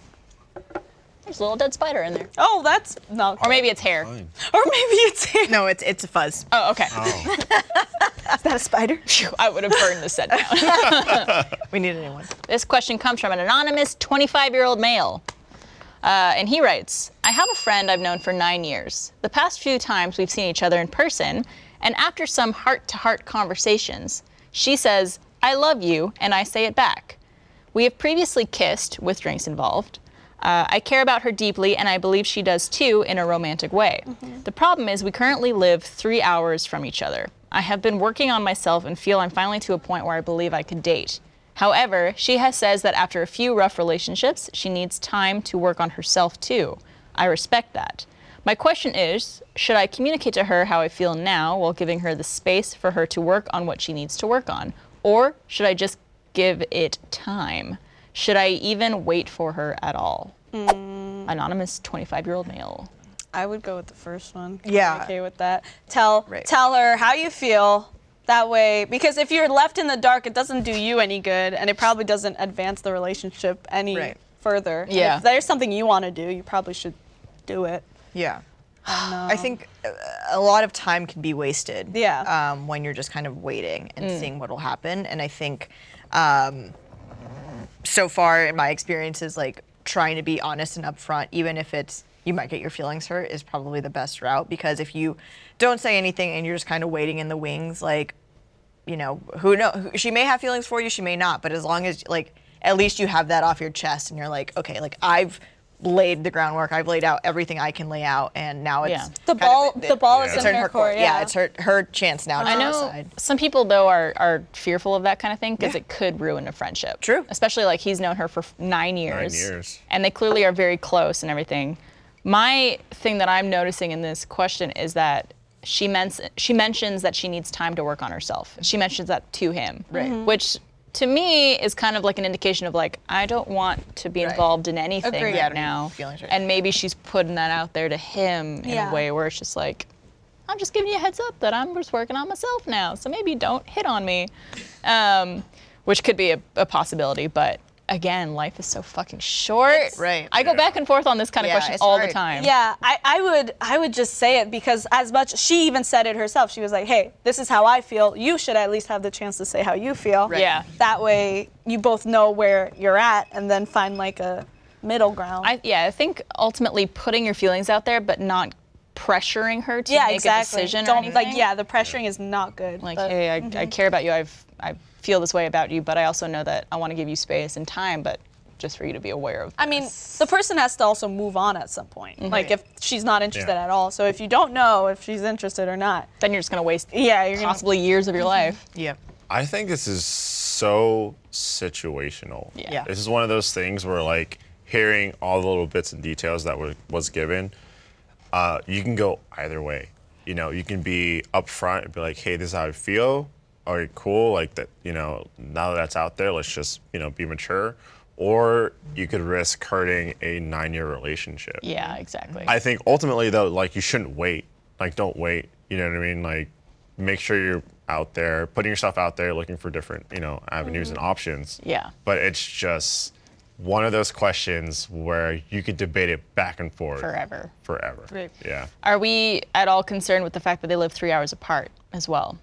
There's a little dead spider in there.
Oh, that's <laughs> not.
Or maybe it's hair.
Or maybe it's. Is
No, it's it's a
<laughs>
fuzz.
Oh, okay.
that a spider?
<laughs> Phew, I would have burned this set down.
We need a new one.
This question comes from an anonymous 25 year old male. Uh, and he writes I have a friend I've known for nine years. The past few times we've seen each other in person, and after some heart to heart conversations, she says, I love you, and I say it back. We have previously kissed, with drinks involved. Uh, I care about her deeply, and I believe she does too in a romantic way. The problem is, we currently live three hours from each other. I have been working on myself and feel I'm finally to a point where I believe I could date. However, she has says that after a few rough relationships, she needs time to work on herself too. I respect that. My question is, should I communicate to her how I feel now while giving her the space for her to work on what she needs to work on? Or should I just give it time? Should I even wait for her at all? Anonymous 25 year old male.
I would go with the first one.
Yeah.
I'm okay with that. Tell
Right.
tell her how you feel. That way, because if you're left in the dark, it doesn't do you any good, and it probably doesn't advance the relationship any
Right.
further. And
Yeah.
If there's something you want to do, you probably should do it.
Yeah. <sighs> I think uh, a lot of time can be wasted.
Yeah. Mm.
Um, when you're just kind of waiting and seeing what will happen. And I think um, so far in my experiences, like trying to be honest and upfront, even if it's you might get your feelings hurt, is probably the best route because if you don't say anything and you're just kind of waiting in the wings, like you know, who know she may have feelings for you, she may not, but as long as like at least you have that off your chest and you're like, okay, like I've laid the groundwork, I've laid out everything I can lay out, and now it's
Yeah.
kind
The
of-
ball- the ball is
it's
in
her
her court,
Yeah.
yeah.
it's her her chance now. To
I know
decide.
some people though are, are fearful of that kind of thing because it could ruin a friendship.
True.
Especially like he's known her for f- nine years.
years.
And they clearly are very close and everything. My thing that I'm noticing in this question is that she mens- she mentions that she needs time to work on herself. She mentions that to him. Right. Which to me is kind of like an indication of like I don't want to be involved in anything
Agreed.
right
Yeah, I
don't need
now.
feelings right
and maybe she's putting that out there to him in
Yeah.
a way where it's just like I'm just giving you a heads up that I'm just working on myself now, so maybe don't hit on me, um, which could be a, a possibility. But again, life is so fucking short.
Right.
I go back and forth on this kind
Yeah,
of question
it's
all
hard.
the time.
Yeah, I, I would I would just say it because as much she even said it herself. She was like, "Hey, this is how I feel. You should at least have the chance to say how you feel."
Right.
Yeah.
That way, you both know where you're at, and then find like a middle ground.
I, yeah, I think ultimately putting your feelings out there, but not pressuring her to
yeah,
make
exactly.
a decision. or
Don't like
anything.
yeah, the pressuring is not good.
Like,
but- mm-hmm.
hey, I, I care about you. I've, I feel this way about you, but I also know that I want to give you space and time, but just for you to be aware of.
I mean, the person has to also move on at some point.
Mm-hmm.
Like if she's not interested
Yeah.
at all. So if you don't know if she's interested or not,
then you're just gonna waste
yeah, you're gonna
possibly years of your life.
Yeah.
I think this is so situational.
Yeah.
This is one of those things where, like, hearing all the little bits and details that were, was given, uh, you can go either way. You know, you can be upfront and be like, hey, this is how I feel. All right, cool. Like, that, you know, now that that's out there, let's just, you know, be mature. Or you could risk hurting a nine year relationship.
Yeah, exactly.
I think ultimately though, like you shouldn't wait. Like don't wait. You know what I mean? Like make sure you're out there, putting yourself out there, looking for different, you know, avenues and options.
Mm-hmm. Yeah.
But it's just one of those questions where you could debate it back and forth
Forever.
Forever. Yeah.
Are we at all concerned with the fact that they live three hours apart as well?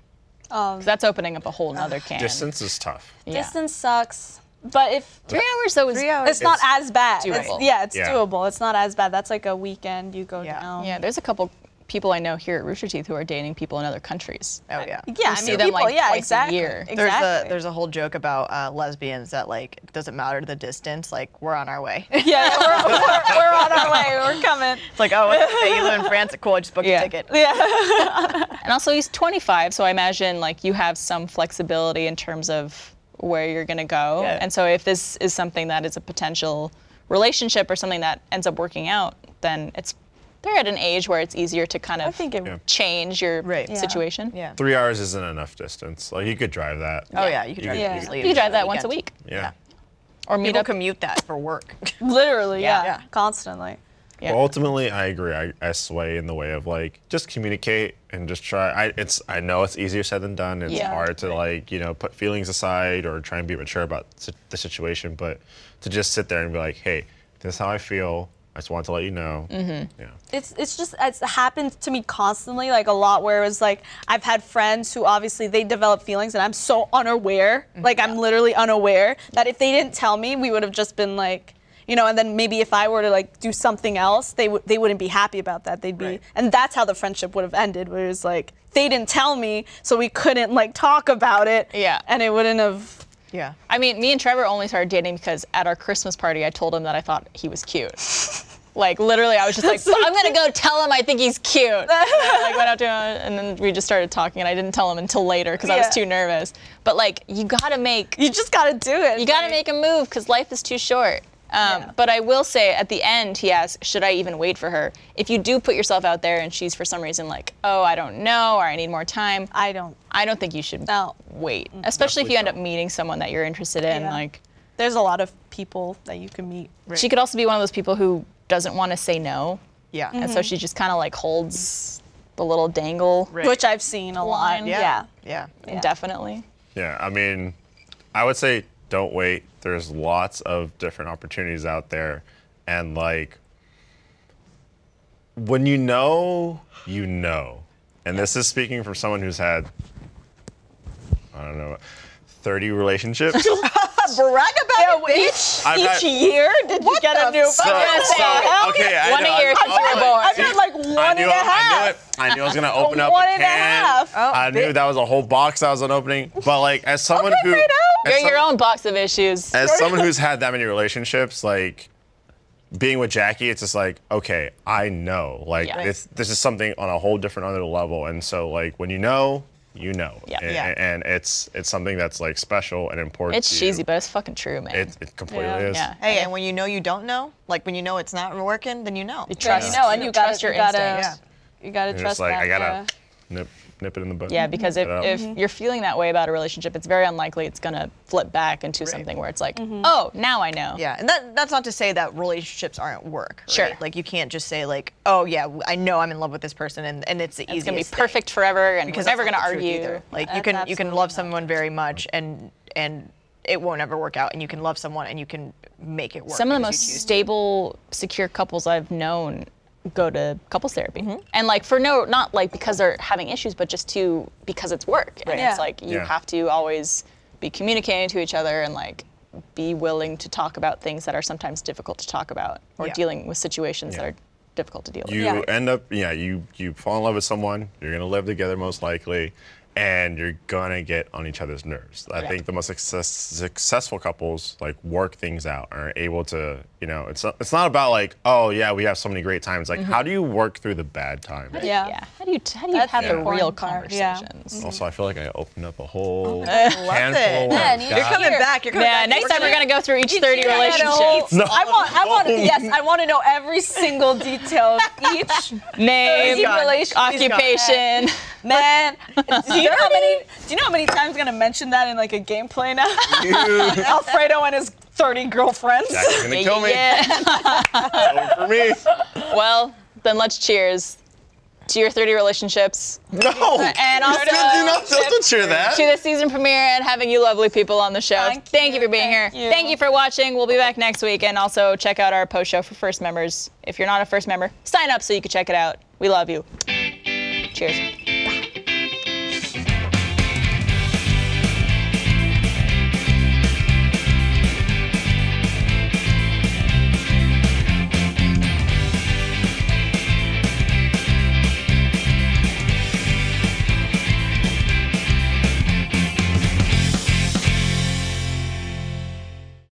'Cause that's opening up a whole nother can.
Distance is tough.
Yeah.
Um, distance sucks. But if
Three hours though is
Three hours.
it's not as bad.
doable.
It's- yeah, it's
Yeah.
doable. It's not as bad. That's like a weekend you go
Yeah.
down.
Yeah, there's a couple people I know here at Rooster Teeth who are dating people in other countries.
Oh yeah.
Yeah, I
see
mean,
them,
people,
like,
yeah,
twice a
exactly.
year. There's
Exactly.
There's a there's a whole joke about uh, lesbians that like it doesn't matter the distance, like we're on our way.
<laughs>
it's
yeah, yeah, we're, we're, we're on our way. We're coming.
like oh, what's the day you live in France, cool, I just booked
Yeah.
a ticket.
Yeah.
And also he's 25, so I imagine like you have some flexibility in terms of where you're gonna go.
Yeah.
And so if this is something that is a potential relationship or something that ends up working out, then it's they're at an age where it's easier to kind of
I think it,
change your
Right. Yeah.
situation.
Yeah.
Three hours isn't enough distance. Like you could drive that.
Oh yeah, you could
You
drive.
could-
Yeah.
you
Just
could-
leave
You could drive
on
that
the
once a
weekend.
week
Yeah.
or meet
People
up.
commute that for
<laughs>
work.
literally, yeah,
Yeah.
constantly.
Yeah.
Well, ultimately, I agree. I, I sway in the way of like just communicate and just try. I it's I know it's easier said than done. It's
Yeah.
hard to like you know put feelings aside or try and be mature about si- the situation, but to just sit there and be like, hey, this is how I feel. I just want to let you know. Mm-hmm. Yeah.
it's it's just it's happened to me constantly like a lot where it was like i've had friends who obviously they develop feelings and i'm so unaware
Mm-hmm.
like i'm literally unaware that if they didn't tell me we would have just been like you know and then maybe if i were to like do something else they would they wouldn't be happy about that they'd be
Right.
and that's how the friendship would have ended where it was like they didn't tell me so we couldn't like talk about it
Yeah.
and it wouldn't have
Yeah.
I mean, me and Trevor only started dating because at our Christmas party, I told him that I thought he was cute. Like literally, I was just like, I'm gonna go tell him I think he's cute. And I, like went up to him, and then we just started talking, and I didn't tell him until later because I was
Yeah.
too nervous. But like, you gotta make
You just gotta do it.
you gotta make a move because life is too short. Um, But I will say, at the end, he asks, "Should I even wait for her?" If you do put yourself out there, and she's for some reason like, "Oh, I don't know," or "I need more time,"
I don't.
I don't think you should
No.
wait, especially if you end up
Definitely
meeting someone that you're interested in.
Mm. Yeah.
Like,
There's a lot of people that you can meet.
she could also be one of those people who doesn't want to say no,
Yeah.
and
Mm-hmm.
so she just kind of like holds the little dangle
Right.
Which I've seen a lot.
Line.
Yeah.
Yeah.
indefinitely.
Yeah, I mean, I would say don't wait. There's lots of different opportunities out there. And like, when you know, you know. And this is speaking from someone who's had, I don't know,
<laughs>
30 relationships.
Brag about it, bitch.
I've had-
year, did you get a new <laughs>
So- so- okay, I
One
know,
a year
I-
since
I
you were
was
born.
like,
I've had like one
I
and
knew,
a half.
I knew it. I knew I
<laughs>
was gonna open up
One
a
and a
can.
half. Oh,
I knew that was a whole box I was unopening. But like, as someone who,
Fredo.
as
oh. You're your
some-
own box of issues.
as someone who's had that many relationships, like being with Jackie, it's just like, okay, I know. Like
Yeah.
this this is something on a whole different other level. And so like when you know, you know.
Yeah.
And,
Yeah.
and it's it's something that's like special and important.
It's
to you.
cheesy, but it's fucking true, man.
it, it completely
Yeah.
is.
yeah.
Hey, and when you know you don't know, like when you know it's not working, then you know.
Yeah,
trust.
you know, and you
Trust
gotta,
your
you gotta,
instinct.
you gotta
And
trust
it's like
that.
I
yeah.
gotta nip nip it in the butt.
Yeah, because if,
Yeah.
if
Mm-hmm.
you're feeling that way about a relationship, it's very unlikely it's gonna flip back into something where it's like,
Mm-hmm.
oh, now I know.
Yeah, and that that's not to say that relationships aren't work. Right?
Sure.
Like you can't just say like, oh yeah, w- I know I'm in love with this person, and, and it's the
It's
easiest.
gonna be
thing.
perfect forever, and we're
Because
never
that's
gonna
not the truth
argue.
either. Like you
That's
can you can
absolutely
love
not
someone very much, and and it won't ever work out, and you can love someone and you can make it work.
Some of the
because
most
you choose to.
stable, secure couples I've known go to couples therapy, and like for no, not like because they're having issues, but just to because it's work, and
Yeah.
it's like you
Yeah.
have to always be communicating to each other and like be willing to talk about things that are sometimes difficult to talk about, or
Yeah.
dealing with situations
Yeah.
that are difficult to deal with.
you
Yeah.
end up yeah you you fall in love with someone you're gonna live together most likely and you're gonna get on each other's nerves i think the most success, successful couples like work things out and are able to you know it's not, it's not about like oh yeah we have so many great times like how do you work through the bad times
Yeah.
Yeah. How do you how do you
That's
have
the
the
important
real
part, yeah.
<laughs>
conversations?
also i feel like i opened up a whole
it.
handful of
Man,
worms.
you're
God.
coming back. You're coming
Yeah,
back.
next time we're gonna go through each 30
Yeah, I had a
relationships.
whole- I want, I want, <laughs> yes, I want to know every single <laughs> detail of each
Name,
He's gone. He's gone.
occupation.
<laughs> man. Do you know how <laughs> many? Do you know how many times I'm gonna mention that in like a gameplay now? <laughs> Alfredo and his 30 girlfriends.
Jackie's gonna kill me
Yeah.
Over for me
well, then let's cheers to your 30 relationships
no
and also
do not
to
don't cheer that
the season premiere and having you lovely people on the show.
Thank
Thank you
you,
for being
thank
here.
you.
Thank you for watching. We'll be back next week and also check out our post show for first members. If you're not a first member, sign up so you can check it out. We love you. Cheers.